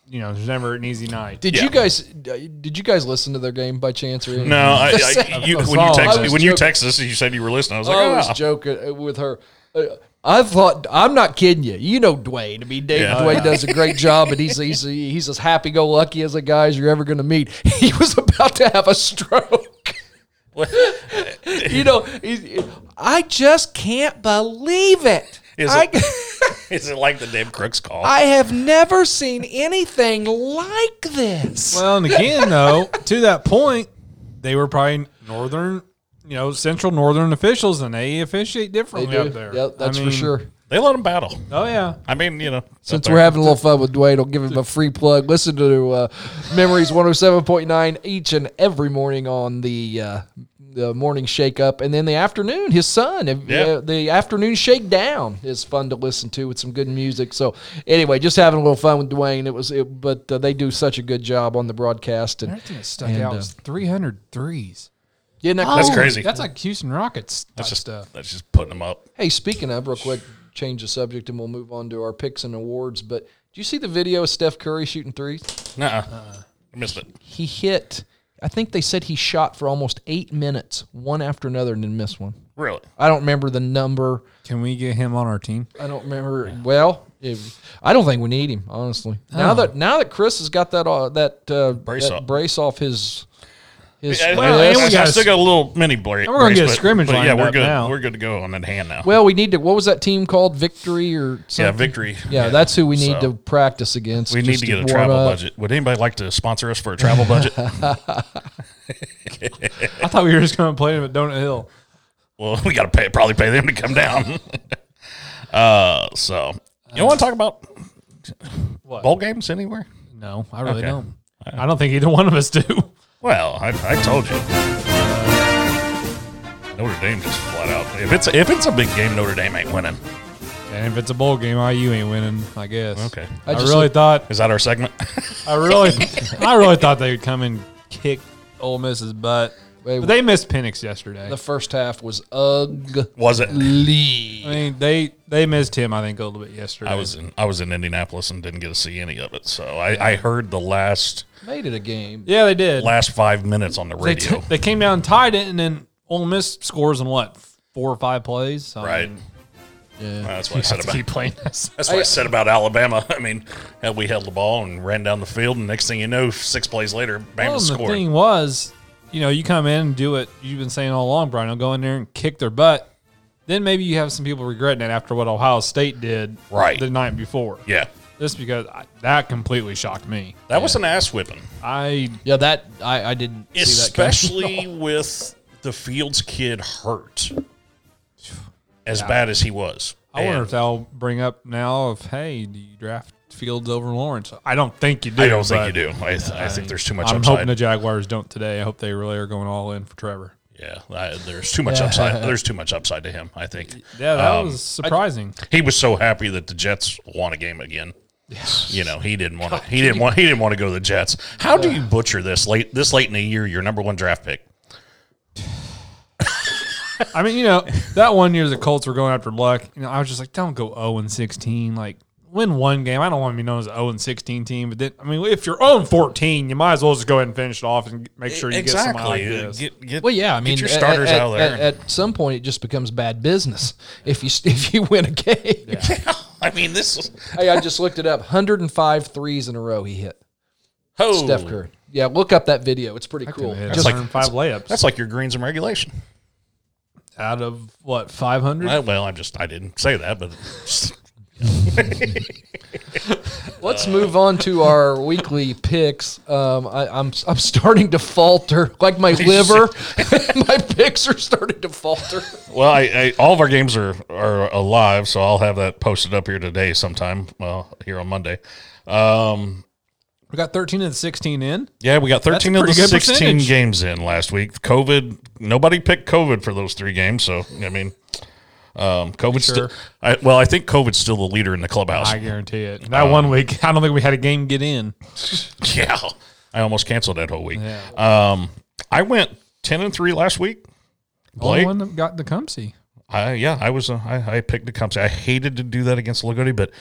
Speaker 2: you know, there's never an easy night.
Speaker 1: Did
Speaker 3: Yeah.
Speaker 1: you guys? uh, Did you guys listen to their game by chance or anything?
Speaker 3: No, I, I, you, when you
Speaker 2: all. I
Speaker 3: text
Speaker 1: was
Speaker 3: when you
Speaker 1: joking.
Speaker 3: text us, you said you were listening. I was like,
Speaker 1: I was
Speaker 3: ah.
Speaker 1: joking uh, with her. Uh, I thought I'm not kidding you. You know Dwayne. I mean, Dave
Speaker 3: Yeah.
Speaker 1: Dwayne does a great job, and he's he's he's as happy-go-lucky as a guy as you're ever going to meet. He was about to have a stroke. you know, he, I just can't believe it.
Speaker 3: Is
Speaker 1: I,
Speaker 3: it- is it like the damn crooks call?
Speaker 1: I have never seen anything like this.
Speaker 2: Well, and again, though, to that point, they were probably northern, you know, central northern officials, and they officiate
Speaker 1: They
Speaker 2: differently
Speaker 1: do.
Speaker 2: up there.
Speaker 1: Yeah,
Speaker 2: I
Speaker 1: that's
Speaker 2: mean,
Speaker 1: for sure.
Speaker 3: they let them battle.
Speaker 2: Oh yeah,
Speaker 3: I mean, you know,
Speaker 1: Since we're having a little fun with Dwayne, I'll give him a free plug. Listen to uh, Memories 107.9 each and every morning on the uh, the morning shake up, and then the afternoon. His son, uh,
Speaker 3: Yeah.
Speaker 1: the afternoon shakedown is fun to listen to with some good music. So anyway, just having a little fun with Dwayne. It was, it, but uh, they do such a good job on the broadcast, and
Speaker 2: everything that stuck
Speaker 1: And,
Speaker 2: out
Speaker 1: uh,
Speaker 2: was 300 threes.
Speaker 1: yeah, isn't that
Speaker 3: That's
Speaker 1: cool?
Speaker 3: crazy.
Speaker 2: That's like Houston Rockets.
Speaker 3: that's just
Speaker 2: stuff.
Speaker 3: that's just putting them up.
Speaker 1: Hey, speaking of, real quick, change the subject, and we'll move on to our picks and awards. But do you see the video of Steph Curry shooting threes?
Speaker 3: Nuh-uh.
Speaker 1: Uh-uh.
Speaker 3: I missed it.
Speaker 1: he hit i think they said he shot for almost eight minutes one after another and then missed one
Speaker 3: Really?
Speaker 1: i don't remember the number
Speaker 2: Can we get him on our team?
Speaker 1: i don't remember well if, i don't think we need him
Speaker 2: Oh.
Speaker 1: honestly now that now that chris has got that uh, that uh,
Speaker 3: Brace
Speaker 1: that
Speaker 3: off.
Speaker 1: brace off his Is
Speaker 3: I,
Speaker 2: Well,
Speaker 3: I-
Speaker 2: and
Speaker 3: I
Speaker 2: we got a
Speaker 3: still
Speaker 2: s-
Speaker 3: got a little mini bra- brace.
Speaker 2: And we're gonna get a
Speaker 3: but-
Speaker 2: scrimmage
Speaker 3: but Yeah,
Speaker 2: lined
Speaker 3: we're
Speaker 2: up
Speaker 3: good.
Speaker 2: now.
Speaker 3: We're good to go on that hand now.
Speaker 1: well, we need to. What was that team called? Victory or
Speaker 2: uh,
Speaker 3: yeah,
Speaker 1: something?
Speaker 3: victory.
Speaker 1: Yeah, that's who we need
Speaker 3: So,
Speaker 1: to practice against.
Speaker 3: We need
Speaker 1: just
Speaker 3: to get a
Speaker 1: warm
Speaker 3: travel
Speaker 1: up.
Speaker 3: budget. Would anybody like to sponsor us for a travel budget?
Speaker 2: I thought we were just going to play him at Donut Hill.
Speaker 3: well, we got to pay probably pay them to come down. uh, so you want to talk about
Speaker 2: What?
Speaker 3: bowl games anywhere?
Speaker 2: No, I really
Speaker 3: Okay.
Speaker 2: don't. I don't think either one of us do.
Speaker 3: Well, I, I told you. Notre Dame just flat out. If it's if it's a big game, Notre Dame ain't winning.
Speaker 2: And if it's a bowl game, IU ain't winning. I guess.
Speaker 3: Okay.
Speaker 2: I,
Speaker 1: I just
Speaker 2: really
Speaker 1: look-
Speaker 2: thought.
Speaker 3: Is that our segment?
Speaker 2: I really. I really thought they would come and kick Ole Miss's butt.
Speaker 1: Wait,
Speaker 2: But they missed Penix yesterday.
Speaker 1: The first half was ugly.
Speaker 3: Was it?
Speaker 2: I mean, they they missed him. I think a little bit yesterday.
Speaker 3: I was in I was in Indianapolis and didn't get to see any of it. So I, I heard the last
Speaker 1: Made it a game.
Speaker 2: Yeah, they did.
Speaker 3: last five minutes on the
Speaker 2: they,
Speaker 3: radio.
Speaker 2: they came down and tied it, and then Ole Miss scores in what four or five plays. So, I
Speaker 3: Right.
Speaker 2: mean,
Speaker 1: Yeah.
Speaker 3: That's what I said
Speaker 2: have to keep
Speaker 3: about
Speaker 2: playing this.
Speaker 3: that's what I,
Speaker 1: I-
Speaker 3: said about Alabama. I mean, how we held the ball and ran down the field, and next thing you know, six plays later, Bama
Speaker 2: Well, and the
Speaker 3: scored.
Speaker 2: thing was, you know, you come in and do it. You've been saying all along, Brian. I'll go in there and kick their butt. Then maybe you have some people regretting it after what Ohio State did
Speaker 3: Right.
Speaker 2: the night before.
Speaker 3: Yeah,
Speaker 2: Just because I, that completely shocked me.
Speaker 3: that was an ass whipping,
Speaker 2: I
Speaker 1: Yeah, that I, I didn't see that coming.
Speaker 3: especially with the Fields kid hurt as bad as he was.
Speaker 2: I wonder
Speaker 3: And
Speaker 2: if they'll bring up now of hey, do you draft Fields over Lawrence? I don't think you do.
Speaker 3: I don't think
Speaker 2: but
Speaker 3: you do. I, th- I think there's too much
Speaker 2: I'm hoping
Speaker 3: upside.
Speaker 2: the Jaguars don't today. I hope they really are going all in for Trevor.
Speaker 3: yeah, I, there's too much upside. There's too much upside to him. I think.
Speaker 2: Yeah, that
Speaker 3: Um,
Speaker 2: was surprising.
Speaker 3: he was so happy that the Jets won a game again. You know, he didn't want to. He didn't want. He didn't want to go to the Jets. How do you butcher this late? This late in the year, your number one draft pick.
Speaker 2: I mean, you know, that one year the Colts were going after Luck. You know, I was just like, don't go 0 and 16. Like, win one game. I don't want to be known as an 0 and 16 team. But then, I mean, if you're 0 and 14, you might as well just go ahead and finish it off and make sure you get somebody like this.
Speaker 3: Get, get,
Speaker 1: Well, yeah, I mean,
Speaker 3: get your
Speaker 1: at-
Speaker 3: starters
Speaker 1: at,
Speaker 3: out of there.
Speaker 1: At, at some point, it just becomes bad business if you if you win a game.
Speaker 3: I mean, this is
Speaker 1: hey, I just looked it up. 105 threes in a row he hit.
Speaker 3: oh,
Speaker 1: Steph Curry. Yeah, look up that video. It's pretty cool.
Speaker 2: That's
Speaker 1: Just
Speaker 2: like five layups
Speaker 3: That's like your greens and regulation.
Speaker 2: out of what 500.
Speaker 3: I, well, I just I didn't say that, but
Speaker 1: let's move on to our weekly picks. Um, I, I'm I'm starting to falter. Like my liver, my picks are starting to falter.
Speaker 3: well, I, I all of our games are are alive, so I'll have that posted up here today sometime. Well, here on Monday. Um,
Speaker 2: We got 13 and 16 in.
Speaker 3: Yeah, we got 13 of the
Speaker 2: pretty good
Speaker 3: 16
Speaker 2: percentage.
Speaker 3: games in last week. COVID, nobody picked COVID for those three games. So, I mean, um, COVID's
Speaker 2: Sure.
Speaker 3: still, I, well, I think COVID's still the leader in the clubhouse.
Speaker 2: I guarantee it. That one week, I don't think we had a game get in.
Speaker 3: yeah. I almost canceled that whole week.
Speaker 2: Yeah.
Speaker 3: Um, I went 10 and 3 last week.
Speaker 2: Only
Speaker 3: Blake,
Speaker 2: one that got the Cumsey.
Speaker 3: I, yeah, I was, uh, I, I picked the Cubs. I hated to do that against Lagodi, but,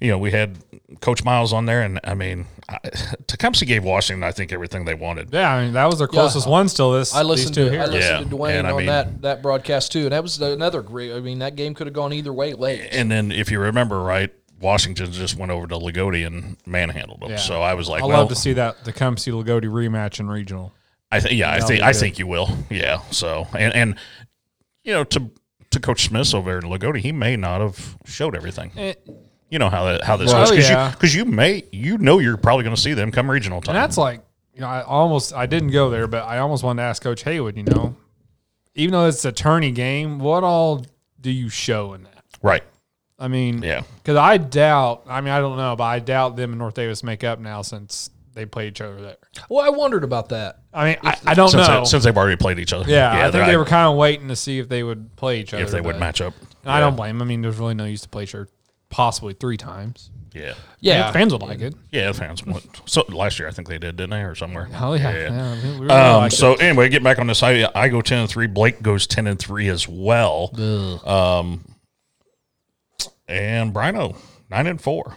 Speaker 3: you know, we had Coach Miles on there, and I mean, I, Tecumseh gave Washington, I think, everything they wanted.
Speaker 2: Yeah, I mean that was their closest one. Still, this
Speaker 1: I listened
Speaker 2: these two
Speaker 1: to
Speaker 2: here.
Speaker 1: I listened
Speaker 3: Yeah,
Speaker 1: to Dwayne
Speaker 3: and I
Speaker 1: on
Speaker 3: mean-
Speaker 1: that that broadcast too, and that was another great. I mean, that game could have gone either way late.
Speaker 3: And then, if you remember right, Washington just went over to Lagodi and manhandled them.
Speaker 2: Yeah.
Speaker 3: So I was like,
Speaker 2: I
Speaker 3: well,
Speaker 2: love to see that the Cumsey Lagodi rematch in regional.
Speaker 3: I think, yeah, I
Speaker 2: That'll
Speaker 3: think,
Speaker 2: be
Speaker 3: I
Speaker 2: good.
Speaker 3: think you will. Yeah. So and and you know to to Coach Smith over in Lagodi, he may not have showed everything. You know how that how this
Speaker 2: Eh. Well,
Speaker 3: goes because
Speaker 2: yeah.
Speaker 3: you because you may you know you're probably going to see them come regional time.
Speaker 2: And that's like, you know, I almost I didn't go there, but I almost wanted to ask Coach Haywood, you know, even though it's a tourney game, what all do you show in that?
Speaker 3: right.
Speaker 2: I mean,
Speaker 3: Yeah.
Speaker 2: because I doubt. I mean, I don't know, but I doubt them and North Davis make up now since they play each other there.
Speaker 1: Well, I wondered about that.
Speaker 2: I mean, I, I don't
Speaker 3: Since,
Speaker 2: know.
Speaker 3: they, since they've already played each other.
Speaker 2: Oh, yeah, I
Speaker 3: they're
Speaker 2: think they
Speaker 3: not-
Speaker 2: were kind of waiting to see if they would play each other.
Speaker 3: if they would
Speaker 2: but-
Speaker 3: match up.
Speaker 2: and I don't blame. 'em. I mean, there's really no use to play each other possibly three times.
Speaker 3: Yeah.
Speaker 1: Yeah,
Speaker 2: fans would like it.
Speaker 3: Yeah, the fans went. So last year I think they did, didn't they, or somewhere?
Speaker 2: Oh yeah, yeah, we- we really
Speaker 3: Um,
Speaker 2: like it.
Speaker 3: so anyway, get back on this. I, I go ten and three. Blake goes ten and three as well. Um, and Brino nine and four.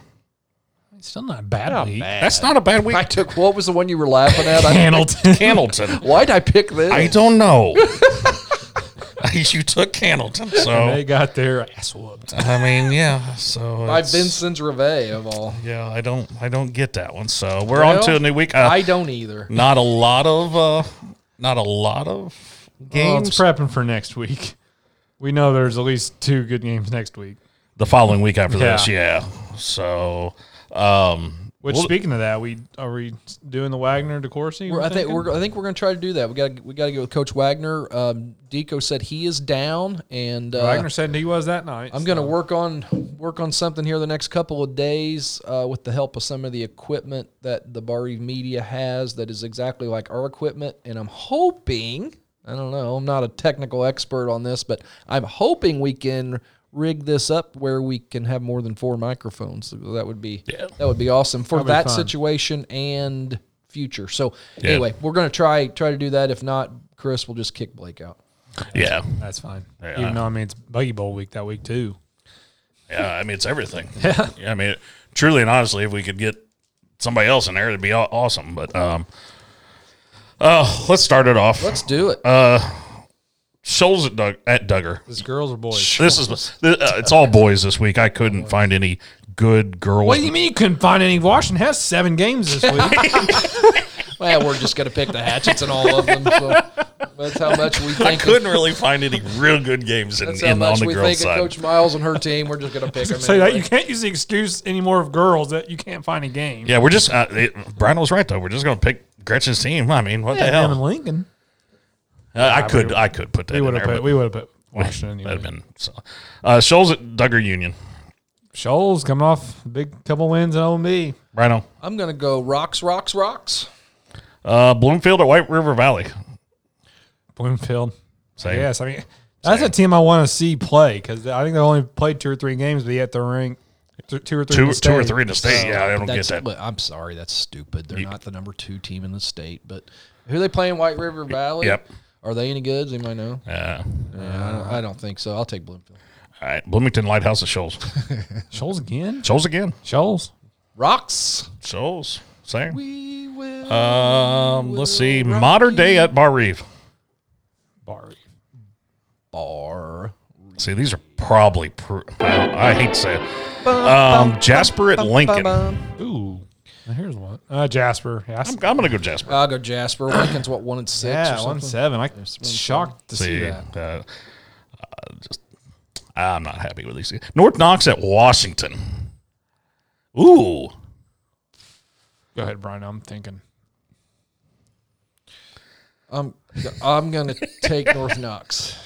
Speaker 2: It's still not bad. league.
Speaker 3: That's not a bad week.
Speaker 1: I took what was the one you were laughing at? I,
Speaker 2: Hamilton.
Speaker 3: Candleton.
Speaker 1: why'd I pick this?
Speaker 3: I don't know. you took Candleton, so
Speaker 2: They got their ass whooped.
Speaker 3: I mean, yeah. So
Speaker 1: By
Speaker 3: it's-
Speaker 1: Vincent Reve of all.
Speaker 3: Yeah, I don't. I don't get that one. So we're
Speaker 1: Well,
Speaker 3: on to a new week. Uh,
Speaker 1: I don't either.
Speaker 3: not a lot of. Uh, Not a lot of
Speaker 2: Well,
Speaker 3: games.
Speaker 2: it's prepping for next week. We know there's at least two good games next week.
Speaker 3: the following week after
Speaker 2: Yeah.
Speaker 3: this, yeah. So, um,
Speaker 2: Which,
Speaker 3: we'll-
Speaker 2: speaking of that, we are we doing the Wagner DeCourcy?
Speaker 1: We're, I think
Speaker 2: thinking?
Speaker 1: we're I think we're going to try to do that. We got we got to get with Coach Wagner. Um, Deco said he is down, and uh,
Speaker 2: Wagner said he was that night.
Speaker 1: I'm going to
Speaker 2: so.
Speaker 1: work on work on something here the next couple of days uh, with the help of some of the equipment that the Bar Eve Media has that is exactly like our equipment, and I'm hoping I don't know I'm not a technical expert on this, but I'm hoping we can rig this up where we can have more than four microphones. That would be
Speaker 3: Yeah.
Speaker 1: that would be awesome for
Speaker 2: That'd be
Speaker 1: that
Speaker 2: fun.
Speaker 1: situation and future. So
Speaker 3: Yeah.
Speaker 1: anyway, we're going to try try to do that. If not, Chris will just kick Blake out.
Speaker 3: yeah,
Speaker 2: That's fine.
Speaker 3: Yeah.
Speaker 2: Even though I mean it's Buggy Bowl week that week too.
Speaker 3: yeah. I mean, it's everything. Yeah. I mean, truly and honestly, if we could get somebody else in there, it'd be aw- awesome. But um, uh, let's start it off.
Speaker 1: Let's do it.
Speaker 3: Shoals at, Dug- at Duggar.
Speaker 2: Is girls or boys?
Speaker 3: This is th- uh, it's all boys this week. I couldn't find any good girls.
Speaker 2: What do you mean you couldn't find any? Washington has seven games this week.
Speaker 1: Well, we're just going to pick the hatchets and all of them. So that's how much we
Speaker 3: I
Speaker 1: think. Of,
Speaker 3: couldn't really find any real good games in,
Speaker 1: that's how
Speaker 3: in on
Speaker 1: much
Speaker 3: the
Speaker 1: we think
Speaker 3: girls'
Speaker 1: of
Speaker 3: side.
Speaker 1: Coach Miles and her team. We're just going to pick them.
Speaker 2: so that
Speaker 1: anyway.
Speaker 2: you can't use the excuse anymore of girls that you can't find a game.
Speaker 3: Yeah, we're just uh, it, Brian was right though. We're just gonna pick Gretchen's team. I mean, what the
Speaker 2: Them and
Speaker 3: hell?
Speaker 2: Lincoln.
Speaker 3: Uh, I could I could put that
Speaker 2: We
Speaker 3: in
Speaker 2: would
Speaker 3: there.
Speaker 2: have put.
Speaker 3: but
Speaker 2: We would have put Washington.
Speaker 3: that'd
Speaker 2: Anyway.
Speaker 3: been so. Uh, Shoals at Duggar Union.
Speaker 2: Shoals coming off a big couple wins in OMB.
Speaker 3: Rhino.
Speaker 1: I'm going to go rocks, rocks, rocks.
Speaker 3: Uh, Bloomfield at White River Valley.
Speaker 2: Bloomfield.
Speaker 3: Same.
Speaker 2: Yes, I mean that's a team I want to see play because I think they only played two or three games, but yet they're ranked th- two or three.
Speaker 3: Two
Speaker 2: in the
Speaker 3: two or
Speaker 2: state. Oh,
Speaker 3: three in the state. Yeah, I don't get
Speaker 1: That's,
Speaker 3: that.
Speaker 1: but I'm sorry, that's stupid. They're not the number two team in the state. But who they playing? White River Valley.
Speaker 3: Yep. Uh,
Speaker 1: Are they any good? Does Anybody know?
Speaker 3: Yeah.
Speaker 1: Yeah, I, don't, I don't think so. I'll take Bloomfield.
Speaker 3: All right. Bloomington Lighthouse at Shoals.
Speaker 2: Shoals again.
Speaker 3: Shoals again.
Speaker 2: Shoals.
Speaker 1: Rocks.
Speaker 3: Shoals. Same.
Speaker 1: We will.
Speaker 3: Um, let's see. Modern day at Bar Reeve.
Speaker 2: Bar.
Speaker 1: bar.
Speaker 3: See, these are probably. Pr- I hate to say it. Um, Jasper at Lincoln. I'm,
Speaker 2: Ooh. Now here's one. Uh, Jasper. Yeah, I see-
Speaker 3: I'm gonna go Jasper.
Speaker 1: I'll go Jasper. Lincoln's what one and six. or
Speaker 2: yeah
Speaker 1: something?
Speaker 2: one seven. I shocked to see
Speaker 3: See,
Speaker 2: that.
Speaker 3: uh, uh, just I'm not happy with these. North Knox at Washington. Ooh,
Speaker 2: Go ahead, Brian. I'm thinking.
Speaker 1: I'm I'm gonna take North Knox.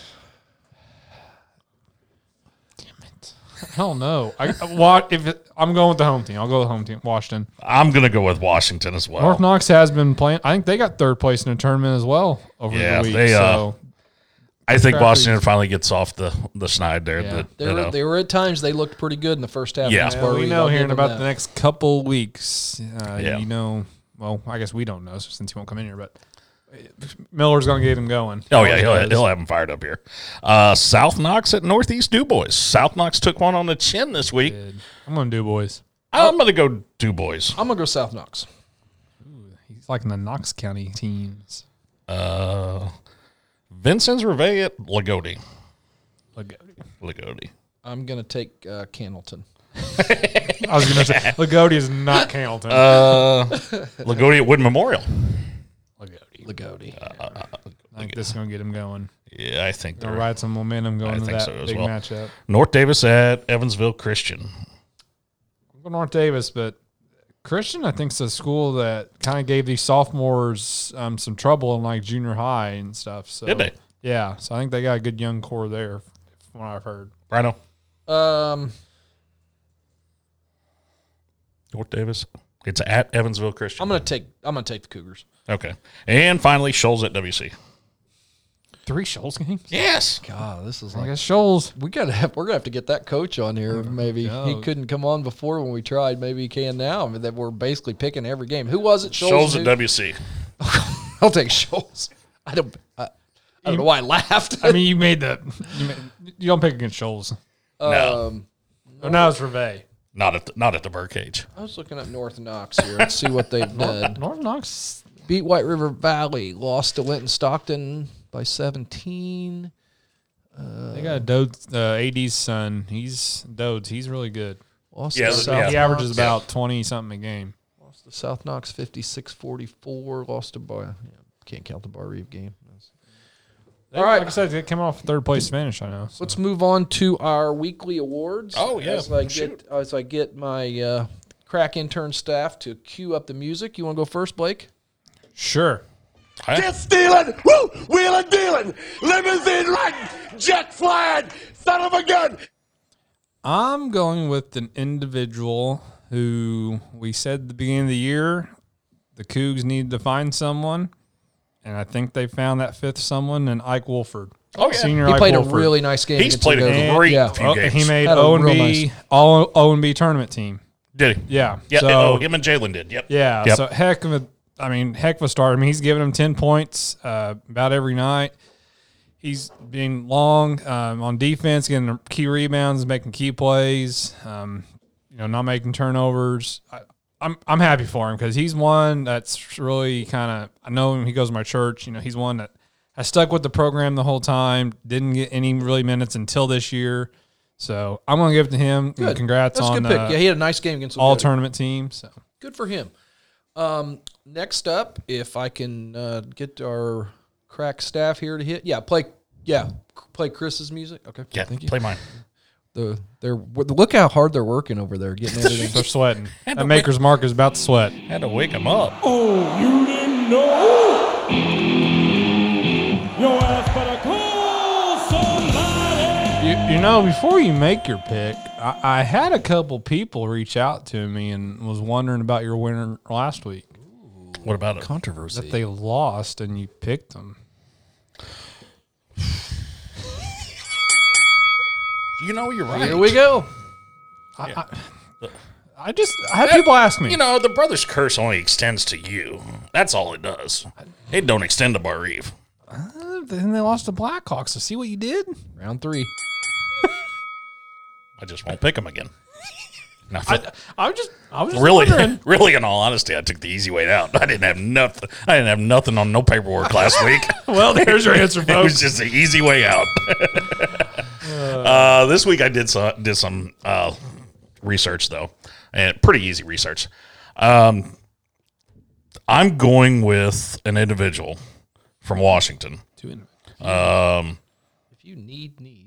Speaker 2: I don't know. I I- what if it, I'm going with the home team? I'll go with the home team. Washington.
Speaker 3: I'm gonna go with Washington as well.
Speaker 2: North Knox has been playing. I think they got third place in the tournament as well over
Speaker 3: Yeah,
Speaker 2: the week.
Speaker 3: they, uh,
Speaker 2: so
Speaker 3: I think
Speaker 2: Crap,
Speaker 3: Washington finally gets off the the snide there.
Speaker 2: Yeah.
Speaker 3: that-
Speaker 1: There
Speaker 3: you
Speaker 1: were
Speaker 3: know.
Speaker 1: there were at times they looked pretty good in the first half.
Speaker 3: Yeah.
Speaker 1: against
Speaker 2: Well, we
Speaker 1: Burley.
Speaker 2: know
Speaker 1: I'll
Speaker 2: here
Speaker 1: give
Speaker 2: in
Speaker 1: them
Speaker 2: about
Speaker 1: that.
Speaker 2: the next couple weeks. Uh,
Speaker 3: Yeah.
Speaker 2: You know, well, I guess we don't know since he won't come in here, but Miller's going to get him going.
Speaker 3: Oh yeah, he'll,
Speaker 2: Always
Speaker 3: he'll
Speaker 2: does.
Speaker 3: have them fired up here. Uh, South Knox at Northeast Du Bois. South Knox took one on the chin this week.
Speaker 2: I'm going to do boys.
Speaker 3: I'm gonna go Du Bois.
Speaker 1: I'm gonna go South Knox.
Speaker 2: He's like in the Knox County teams.
Speaker 3: Uh, Vincent's Reveille at Lagodi.
Speaker 2: Like,
Speaker 3: Lagodi.
Speaker 1: I'm gonna take uh, Candleton.
Speaker 2: I was going to say, Lagodi is not Candleton.
Speaker 3: Uh, Lagodi at Wood Memorial.
Speaker 2: Lagodi.
Speaker 1: Lagodi.
Speaker 2: I think this is going to get him going.
Speaker 3: Yeah, I think
Speaker 2: They'll
Speaker 3: they're
Speaker 2: ride some momentum going
Speaker 3: I
Speaker 2: into
Speaker 3: think
Speaker 2: that
Speaker 3: so as
Speaker 2: big
Speaker 3: well.
Speaker 2: matchup.
Speaker 3: North Davis at Evansville Christian.
Speaker 2: I'm going North Davis, but Christian, I think, is a school that kind of gave these sophomores um, some trouble in like junior high and stuff. So
Speaker 3: Did they?
Speaker 2: Yeah, so I think they got a good young core there, from what I've heard.
Speaker 3: Rhino.
Speaker 1: um,
Speaker 3: North Davis. It's at Evansville Christian.
Speaker 2: Um,
Speaker 1: I'm gonna take I'm gonna take the Cougars.
Speaker 3: okay. And finally, Shoals at WC.
Speaker 2: Three Shoals games.
Speaker 3: Yes.
Speaker 1: God, this is
Speaker 2: I
Speaker 1: like
Speaker 2: guess Shoals.
Speaker 1: we gotta have we're gonna have to get that coach on
Speaker 2: Oh
Speaker 1: here. Maybe he
Speaker 2: doubt.
Speaker 1: couldn't come on before when we tried. Maybe he can now. I mean, that we're basically picking every game. Who was it? Shoals.
Speaker 3: Shoals
Speaker 1: and
Speaker 3: at
Speaker 1: who?
Speaker 3: WC.
Speaker 1: I'll take Shoals. I don't. I, I don't know why I laughed.
Speaker 2: I mean, you made the. You, made, you don't pick against Shoals. uh,
Speaker 3: no,
Speaker 1: um,
Speaker 2: Oh, now it's Reve.
Speaker 3: not at the, not at the Birdcage.
Speaker 1: I was looking at North Knox here and see what they've done.
Speaker 2: North Knox.
Speaker 1: Beat White River Valley, lost to Linton Stockton by 17.
Speaker 2: They got a Dodes, uh, AD's son. He's Dodes. He's really good.
Speaker 1: Lost
Speaker 3: Yeah,
Speaker 1: to
Speaker 3: yeah.
Speaker 1: South
Speaker 2: He averages
Speaker 1: Knox,
Speaker 2: about twenty something a game.
Speaker 1: lost to South Knox 56-44. Lost to Boy. Yeah. Can't count the Bar Reeve game.
Speaker 2: All right. Like I said, they came off third place finish. I know. So.
Speaker 1: Let's move on to our weekly awards.
Speaker 3: Oh, yeah.
Speaker 1: As I
Speaker 3: Shoot.
Speaker 1: get as I get my uh, crack intern staff to cue up the music. You want to go first, Blake?
Speaker 2: Sure.
Speaker 6: Jet stealing, woo, wheeling, dealing, limousine riding, jet flying, son of a gun.
Speaker 2: I'm going with an individual who we said at the beginning of the year the Cougs needed to find someone, and I think they found that fifth someone in Ike Wolford.
Speaker 3: Oh, yeah.
Speaker 2: senior
Speaker 1: He
Speaker 2: Ike
Speaker 1: played a
Speaker 2: Wolford.
Speaker 1: really nice game.
Speaker 3: He's
Speaker 1: against
Speaker 3: played a
Speaker 1: Lugosi.
Speaker 3: great
Speaker 1: Yeah.
Speaker 3: few
Speaker 2: Oh,
Speaker 3: games.
Speaker 2: he made
Speaker 1: Had a
Speaker 2: O and
Speaker 1: real
Speaker 2: B all O and B tournament team.
Speaker 3: Did he?
Speaker 2: Yeah,
Speaker 3: Yeah.
Speaker 2: So,
Speaker 3: oh, him and Jalen did. Yep.
Speaker 2: Yeah.
Speaker 3: Yep.
Speaker 2: So heck of a, I mean, heck of a start. I mean, he's giving him ten points uh, about every night. He's being long um, on defense, getting key rebounds, making key plays. Um, you know, not making turnovers. I, I'm I'm happy for him because he's one that's really kind of. I know him. He goes to my church. You know, he's one that has stuck with the program the whole time. Didn't get any really minutes until this year. So I'm gonna give it to him.
Speaker 1: Good.
Speaker 2: Congrats
Speaker 1: That's a
Speaker 2: on
Speaker 1: good pick.
Speaker 2: uh,
Speaker 1: yeah, he had a nice game against
Speaker 2: all
Speaker 1: Lugosi.
Speaker 2: tournament team. So
Speaker 1: good for him. Um, next up, if I can uh, get our crack staff here to hit, yeah, play, yeah, play Chris's music. Okay,
Speaker 3: Yeah.
Speaker 1: thank you.
Speaker 3: Play mine.
Speaker 1: The they're look how hard they're working over there, getting everything.
Speaker 2: They're sweating. That maker's mark is about to sweat.
Speaker 3: Had to wake him up.
Speaker 6: Oh, you didn't know? Your ass better call somebody.
Speaker 2: You, you know, before you make your pick, I, I had a couple people reach out to me and was wondering about your winner last week.
Speaker 3: What about it?
Speaker 2: That they lost and you picked them.
Speaker 3: You know, you're right.
Speaker 1: here we go.
Speaker 2: I just I had people ask me.
Speaker 3: You know, the brother's curse only extends to you. That's all it does. It don't extend to Bar Reeve.
Speaker 2: then they lost to Blackhawks. So see what you did.
Speaker 1: Round three.
Speaker 3: I just won't pick him again. And I feel-
Speaker 2: I, I was just I was just
Speaker 3: really,
Speaker 2: wondering.
Speaker 3: really, in all honesty, I took the easy way out. I didn't have nothing. I didn't have nothing on no paperwork last week.
Speaker 2: Well, there's your answer,
Speaker 3: it was
Speaker 2: folks.
Speaker 3: just the easy way out. uh, this week I did some did some uh, research though, and pretty easy research. Um, I'm going with an individual from Washington. Um,
Speaker 1: If you need needs,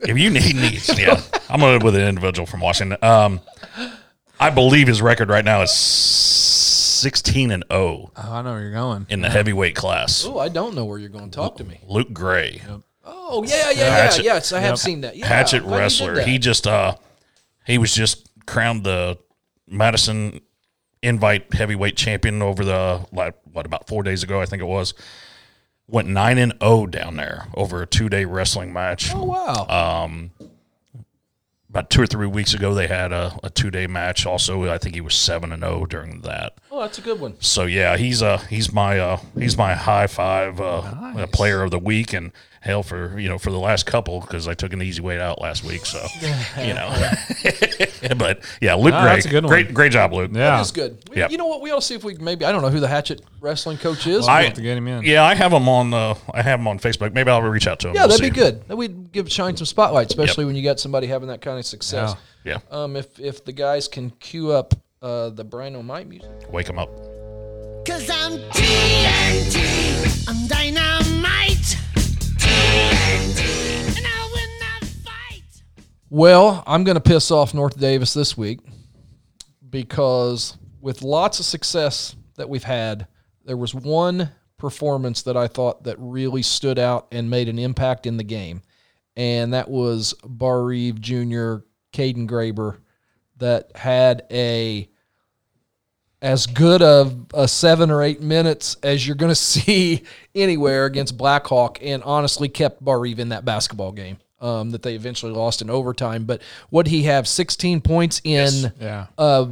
Speaker 3: if you need needs, yeah, I'm going with an individual from Washington. Um, I believe his record right now is 16 and 0
Speaker 2: Oh, I know where you're going.
Speaker 3: in the heavyweight class.
Speaker 1: oh, I don't know where you're going. Talk to me.
Speaker 3: Luke Gray,
Speaker 1: Oh yeah, yeah, yeah,
Speaker 3: Hatchet.
Speaker 1: yes, I have seen that. Yeah,
Speaker 3: hatchet
Speaker 1: glad you did
Speaker 3: wrestler.
Speaker 1: that.
Speaker 3: He just uh, he was just crowned the Madison Invite heavyweight champion over the like what about four days ago I think it was. Went nine and 0 down there over a two day wrestling match.
Speaker 1: oh wow,
Speaker 3: Uh, About two or three weeks ago, they had a, a two day match. Also, I think he was seven and zero during that.
Speaker 1: oh that's a good one.
Speaker 3: So yeah, he's uh he's my uh he's my high five uh, uh, player of the week and hell for you know for the last couple because I took an easy way out last week so you know but yeah Luke
Speaker 2: No,
Speaker 3: Gray
Speaker 2: that's a good one.
Speaker 3: great great job Luke
Speaker 2: Yeah,
Speaker 1: That's good. We-
Speaker 3: Yep.
Speaker 1: You know what? We ought to see if we can maybe I don't know who the Hatchet wrestling coach is.
Speaker 2: I
Speaker 3: I-
Speaker 2: have to get him in.
Speaker 3: yeah I have him on uh, I have him on Facebook maybe I'll reach out to him
Speaker 1: Yeah,
Speaker 3: We'll
Speaker 1: that'd be
Speaker 3: see.
Speaker 1: good. That would give Shine some spotlight, especially when you got somebody having that kind of success.
Speaker 3: yeah
Speaker 1: Um, if if the guys can cue up uh, the Brian O'Mite music,
Speaker 3: wake him up
Speaker 7: Cause I'm TNT. I'm dynamite. TNT. And I will not fight.
Speaker 1: well, I'm going to piss off North Davis this week because with lots of success that we've had, there was one performance that I thought that really stood out and made an impact in the game, and that was Bar Reeve Jr. Caden Graber that had a as good of a seven or eight minutes as you're going to see anywhere against Blackhawk, and honestly kept Bar Eve in that basketball game um, that they eventually lost in overtime. But what he have 16 points in
Speaker 2: Yeah.
Speaker 1: uh,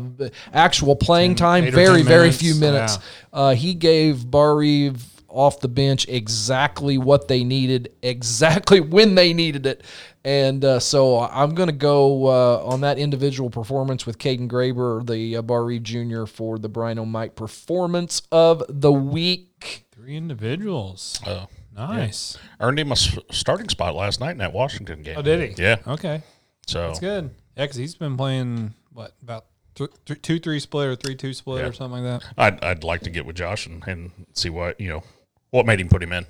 Speaker 1: actual playing time?
Speaker 2: eight or
Speaker 1: Very
Speaker 2: 10
Speaker 1: very
Speaker 2: minutes.
Speaker 1: few minutes. Uh, he gave Bar Eve off the bench exactly what they needed, exactly when they needed it. And uh, so I'm going to go uh, on that individual performance with Caden Graber, the uh, Bar Reeve Jr. for the Brian O'Mike performance of the week.
Speaker 2: Three individuals.
Speaker 3: uh,
Speaker 2: Nice.
Speaker 3: earned him a s- starting spot last night in that Washington game
Speaker 2: Oh, did he?
Speaker 3: yeah
Speaker 2: Okay.
Speaker 3: so
Speaker 2: That's good. Yeah, because he's been playing what about Th- th- two three split or three two split or something like that.
Speaker 3: I'd, I'd like to get with Josh and, and see what you know what made him put him in.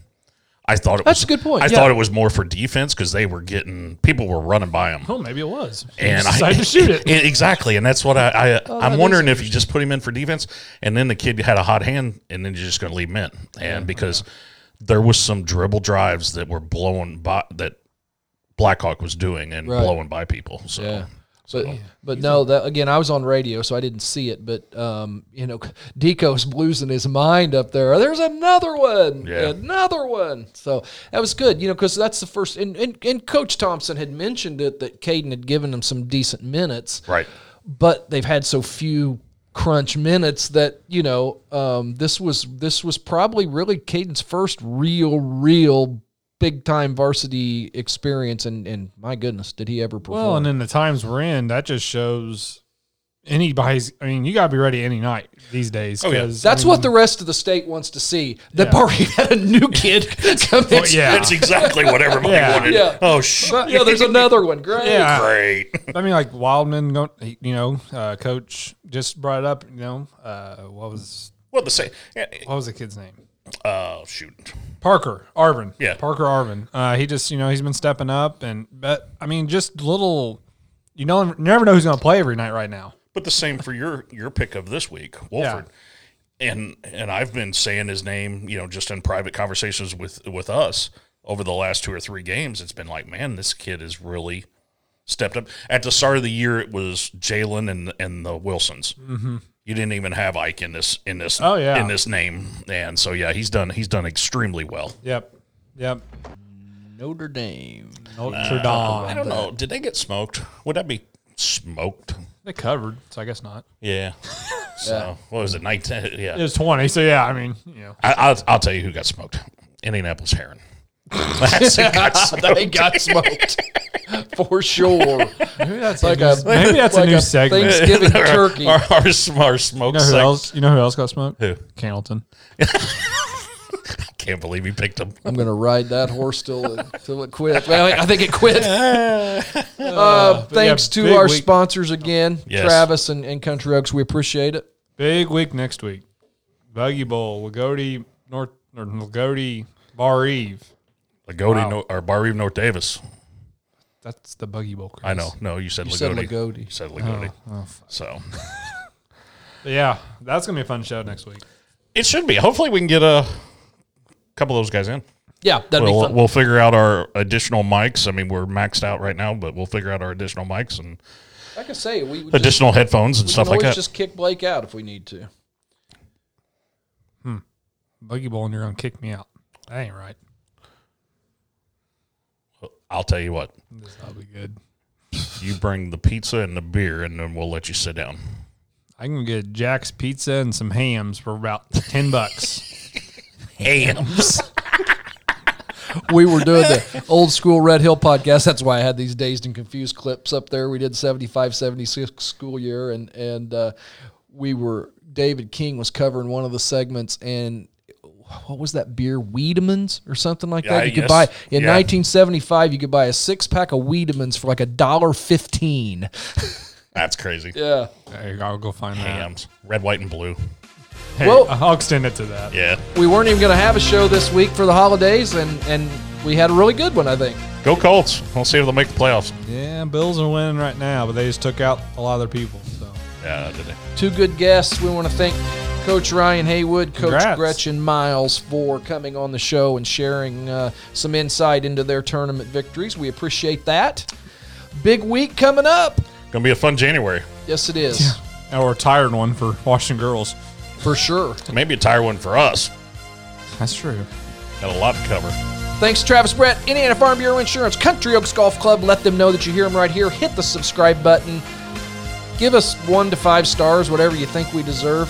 Speaker 3: I thought it
Speaker 1: That's
Speaker 3: was,
Speaker 1: a good point,
Speaker 3: I
Speaker 1: yeah.
Speaker 3: thought it was more for defense because they were getting people were running by him.
Speaker 2: Oh, maybe it was.
Speaker 3: and I
Speaker 2: decided to shoot it.
Speaker 3: Yeah, exactly, and that's what I,
Speaker 1: Oh,
Speaker 3: I I'm wondering if you just put him in for defense, and then the kid had a hot hand, and then you're just going to leave him in, and because there was some dribble drives that were blowing by that Blackhawk was doing and
Speaker 1: Right.
Speaker 3: blowing by people. Oh, So
Speaker 1: Yeah. But, but no, that, again, I was on radio, so I didn't see it. But um, you know, Deco's losing his mind up there. There's another one,
Speaker 3: Yeah.
Speaker 1: another one. So that was good, you know, because that's the first. And, and, and Coach Thompson had mentioned it that Caden had given him some decent minutes,
Speaker 3: right,
Speaker 1: but they've had so few crunch minutes that you know um, this was this was probably really Caden's first real, real big time varsity experience. And and my goodness, did he ever perform?
Speaker 2: Well, and in the times we're in, that just shows anybody's. I mean, you gotta be ready any night these days.
Speaker 3: Oh, yeah.
Speaker 2: 'cause, I
Speaker 1: That's
Speaker 2: mean,
Speaker 1: what the rest of the state wants to see. That
Speaker 2: Mm-hmm. Yeah.
Speaker 1: Barry had a new kid come in.
Speaker 2: yeah.
Speaker 3: that's exactly what everybody
Speaker 2: Yeah.
Speaker 3: wanted.
Speaker 1: Yeah.
Speaker 3: Oh shit,
Speaker 1: But, yeah, there's another one. Great.
Speaker 2: Yeah.
Speaker 3: great.
Speaker 2: I mean, like Wildman, don't- he- you know, uh, coach just brought it up. You know, uh, what was
Speaker 3: Well, the same.
Speaker 2: what was the kid's name?
Speaker 3: Oh shoot.
Speaker 2: Parker Arvin.
Speaker 3: Yeah.
Speaker 2: Parker Arvin. Uh, he just, you know, he's been stepping up, and but I mean, just little. You know, you never know who's going to play every night right now.
Speaker 3: But the same for your your pick of this week, Wolford. And and I've been saying his name, you know, just in private conversations with with us over the last two or three games. It's been like, man, this kid has really stepped up. At the start of the year, it was Jalen and and the Wilsons. Mm-hmm. You didn't even have Ike in this in this
Speaker 2: Oh, yeah.
Speaker 3: in this name, and so yeah, he's done he's done extremely well.
Speaker 2: Yep. Yep.
Speaker 1: Notre Dame.
Speaker 2: Notre
Speaker 3: I
Speaker 2: Dame.
Speaker 3: don't know. Did they get smoked? Would that be smoked?
Speaker 2: They covered, so I guess not.
Speaker 3: Yeah. so what was it? Nineteen. Yeah.
Speaker 2: It was twenty, so yeah. I mean, you know,
Speaker 3: I, I'll, I'll tell you who got smoked. Indianapolis Heron. That's who got smoked.
Speaker 1: They got smoked. For sure.
Speaker 2: maybe that's
Speaker 1: Like
Speaker 2: a
Speaker 1: a,
Speaker 2: new, maybe that's a new segment.
Speaker 1: Thanksgiving
Speaker 3: Our-
Speaker 1: turkey.
Speaker 3: Our, our, sm- our smoke
Speaker 2: You know who
Speaker 3: sex-
Speaker 2: else? You know who else got smoked?
Speaker 3: Who?
Speaker 2: Candleton.
Speaker 3: Can't believe he picked him.
Speaker 1: I'm going to ride that horse till it, till it quit. Well, I think it quit. Uh, thanks
Speaker 2: yeah,
Speaker 1: to
Speaker 2: big
Speaker 1: our
Speaker 2: week.
Speaker 1: sponsors again,
Speaker 3: Yes.
Speaker 1: Travis and, and Country Oaks. We appreciate it.
Speaker 2: Big week next week. Buggy Bowl, Lagodi North, or Lagodi Bar Eve.
Speaker 3: Lagodi no, or Bar Eve North Davis.
Speaker 2: That's the Buggy Bowl. Oh, Chris.
Speaker 3: I know. No, you said
Speaker 1: You
Speaker 3: Lagodi.
Speaker 1: said Lagodi. Oh.
Speaker 3: You said Lagodi. so
Speaker 2: But yeah, that's gonna be a fun show next week.
Speaker 3: it should be. Hopefully, we can get a couple of those guys in.
Speaker 1: Yeah, that'd be
Speaker 3: We'll,
Speaker 1: fun.
Speaker 3: we'll figure out our additional mics. I mean, we're maxed out right now, but we'll figure out our additional mics and
Speaker 1: like I say, we, we just,
Speaker 3: additional headphones and
Speaker 1: we
Speaker 3: stuff
Speaker 1: can
Speaker 3: like
Speaker 1: always
Speaker 3: that.
Speaker 1: just kick Blake out if we need to.
Speaker 2: Buggy Bowl, and you're gonna kick me out. That ain't right.
Speaker 3: I'll tell you what.
Speaker 2: This will be good.
Speaker 3: You bring the pizza and the beer, and then we'll let you sit down.
Speaker 2: I can get Jack's Pizza and some hams for about ten bucks.
Speaker 3: Hams.
Speaker 1: we were doing the old school Red Hill podcast. That's why I had these dazed and confused clips up there. We did 75, 76 school year, and and uh, we were David King was covering one of the segments, and what was that beer, Wiedemann's or something like
Speaker 3: Yeah,
Speaker 1: that? You could
Speaker 3: yes.
Speaker 1: buy in
Speaker 3: Yeah.
Speaker 1: 1975. You could buy a six pack of Wiedemann's for like a dollar fifteen.
Speaker 3: That's crazy.
Speaker 1: Yeah.
Speaker 2: Hey, I'll go find that.
Speaker 3: Hams. Red, white, and blue.
Speaker 2: Hey,
Speaker 1: Well-
Speaker 2: I'll extend it to that.
Speaker 3: Yeah.
Speaker 1: We weren't even going to have a show this week for the holidays, and and we had a really good one, I think.
Speaker 3: Go Colts. We'll see if they'll make the playoffs.
Speaker 2: Yeah, Bills are winning right now, but they just took out a lot of their people. So
Speaker 3: Yeah, did they?
Speaker 1: two good guests. We want to thank Coach Ryan Haywood, Coach
Speaker 2: Congrats.
Speaker 1: Gretchen Miles for coming on the show and sharing uh, some insight into their tournament victories. We appreciate that. Big week coming up.
Speaker 3: Gonna be a fun January.
Speaker 1: Yes, it is
Speaker 2: now we're a tired one for Washington girls.
Speaker 1: for sure.
Speaker 3: Maybe a tire one for us.
Speaker 2: That's true.
Speaker 3: Got a lot to cover.
Speaker 1: Thanks, Travis Brett, Indiana Farm Bureau Insurance, Country Oaks Golf Club. Let them know that you hear them right here. Hit the subscribe button. Give us one to five stars, whatever you think we deserve.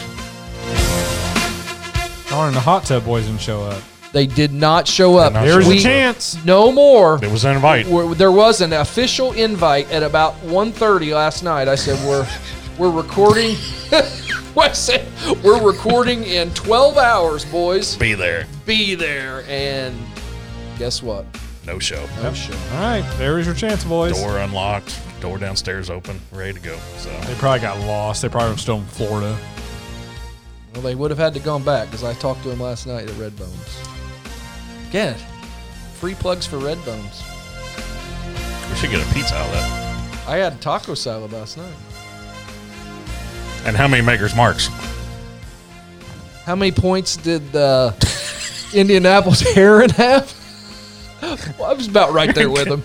Speaker 2: Darn, the hot tub boys didn't show up.
Speaker 1: They did not show up.
Speaker 3: not
Speaker 2: There's
Speaker 1: we,
Speaker 2: a chance.
Speaker 1: No more.
Speaker 3: It was an invite.
Speaker 1: We're, there was an official invite at about 1.30 last night. I said we're we're recording. I said we're recording in 12 hours, boys.
Speaker 3: Be there.
Speaker 1: Be there, and guess what?
Speaker 3: No show.
Speaker 1: No show.
Speaker 2: All right, there is your chance, boys.
Speaker 3: Door unlocked. Door downstairs open, ready to go. So
Speaker 2: They probably got lost. They probably were still in Florida.
Speaker 1: Well, they would have had to gone back because I talked to him last night at Redbones. Get it. Free plugs for Redbones.
Speaker 3: we should get a pizza out of that.
Speaker 1: I had taco salad last night.
Speaker 3: And how many Maker's Marks?
Speaker 1: How many points did the Indianapolis Heron have? Well, I was about right there with him.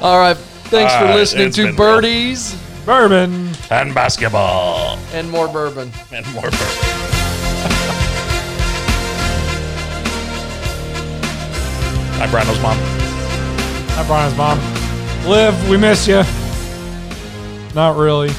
Speaker 1: All right. Thanks
Speaker 3: All
Speaker 1: for
Speaker 3: right,
Speaker 1: listening
Speaker 3: it's
Speaker 1: to
Speaker 3: been real.
Speaker 1: Birdies
Speaker 2: Bourbon.
Speaker 3: And basketball.
Speaker 1: and More Bourbon.
Speaker 3: And more bourbon. Hi, Brandon's mom.
Speaker 2: Hi, Brian's mom. Liv, we miss you. Not really.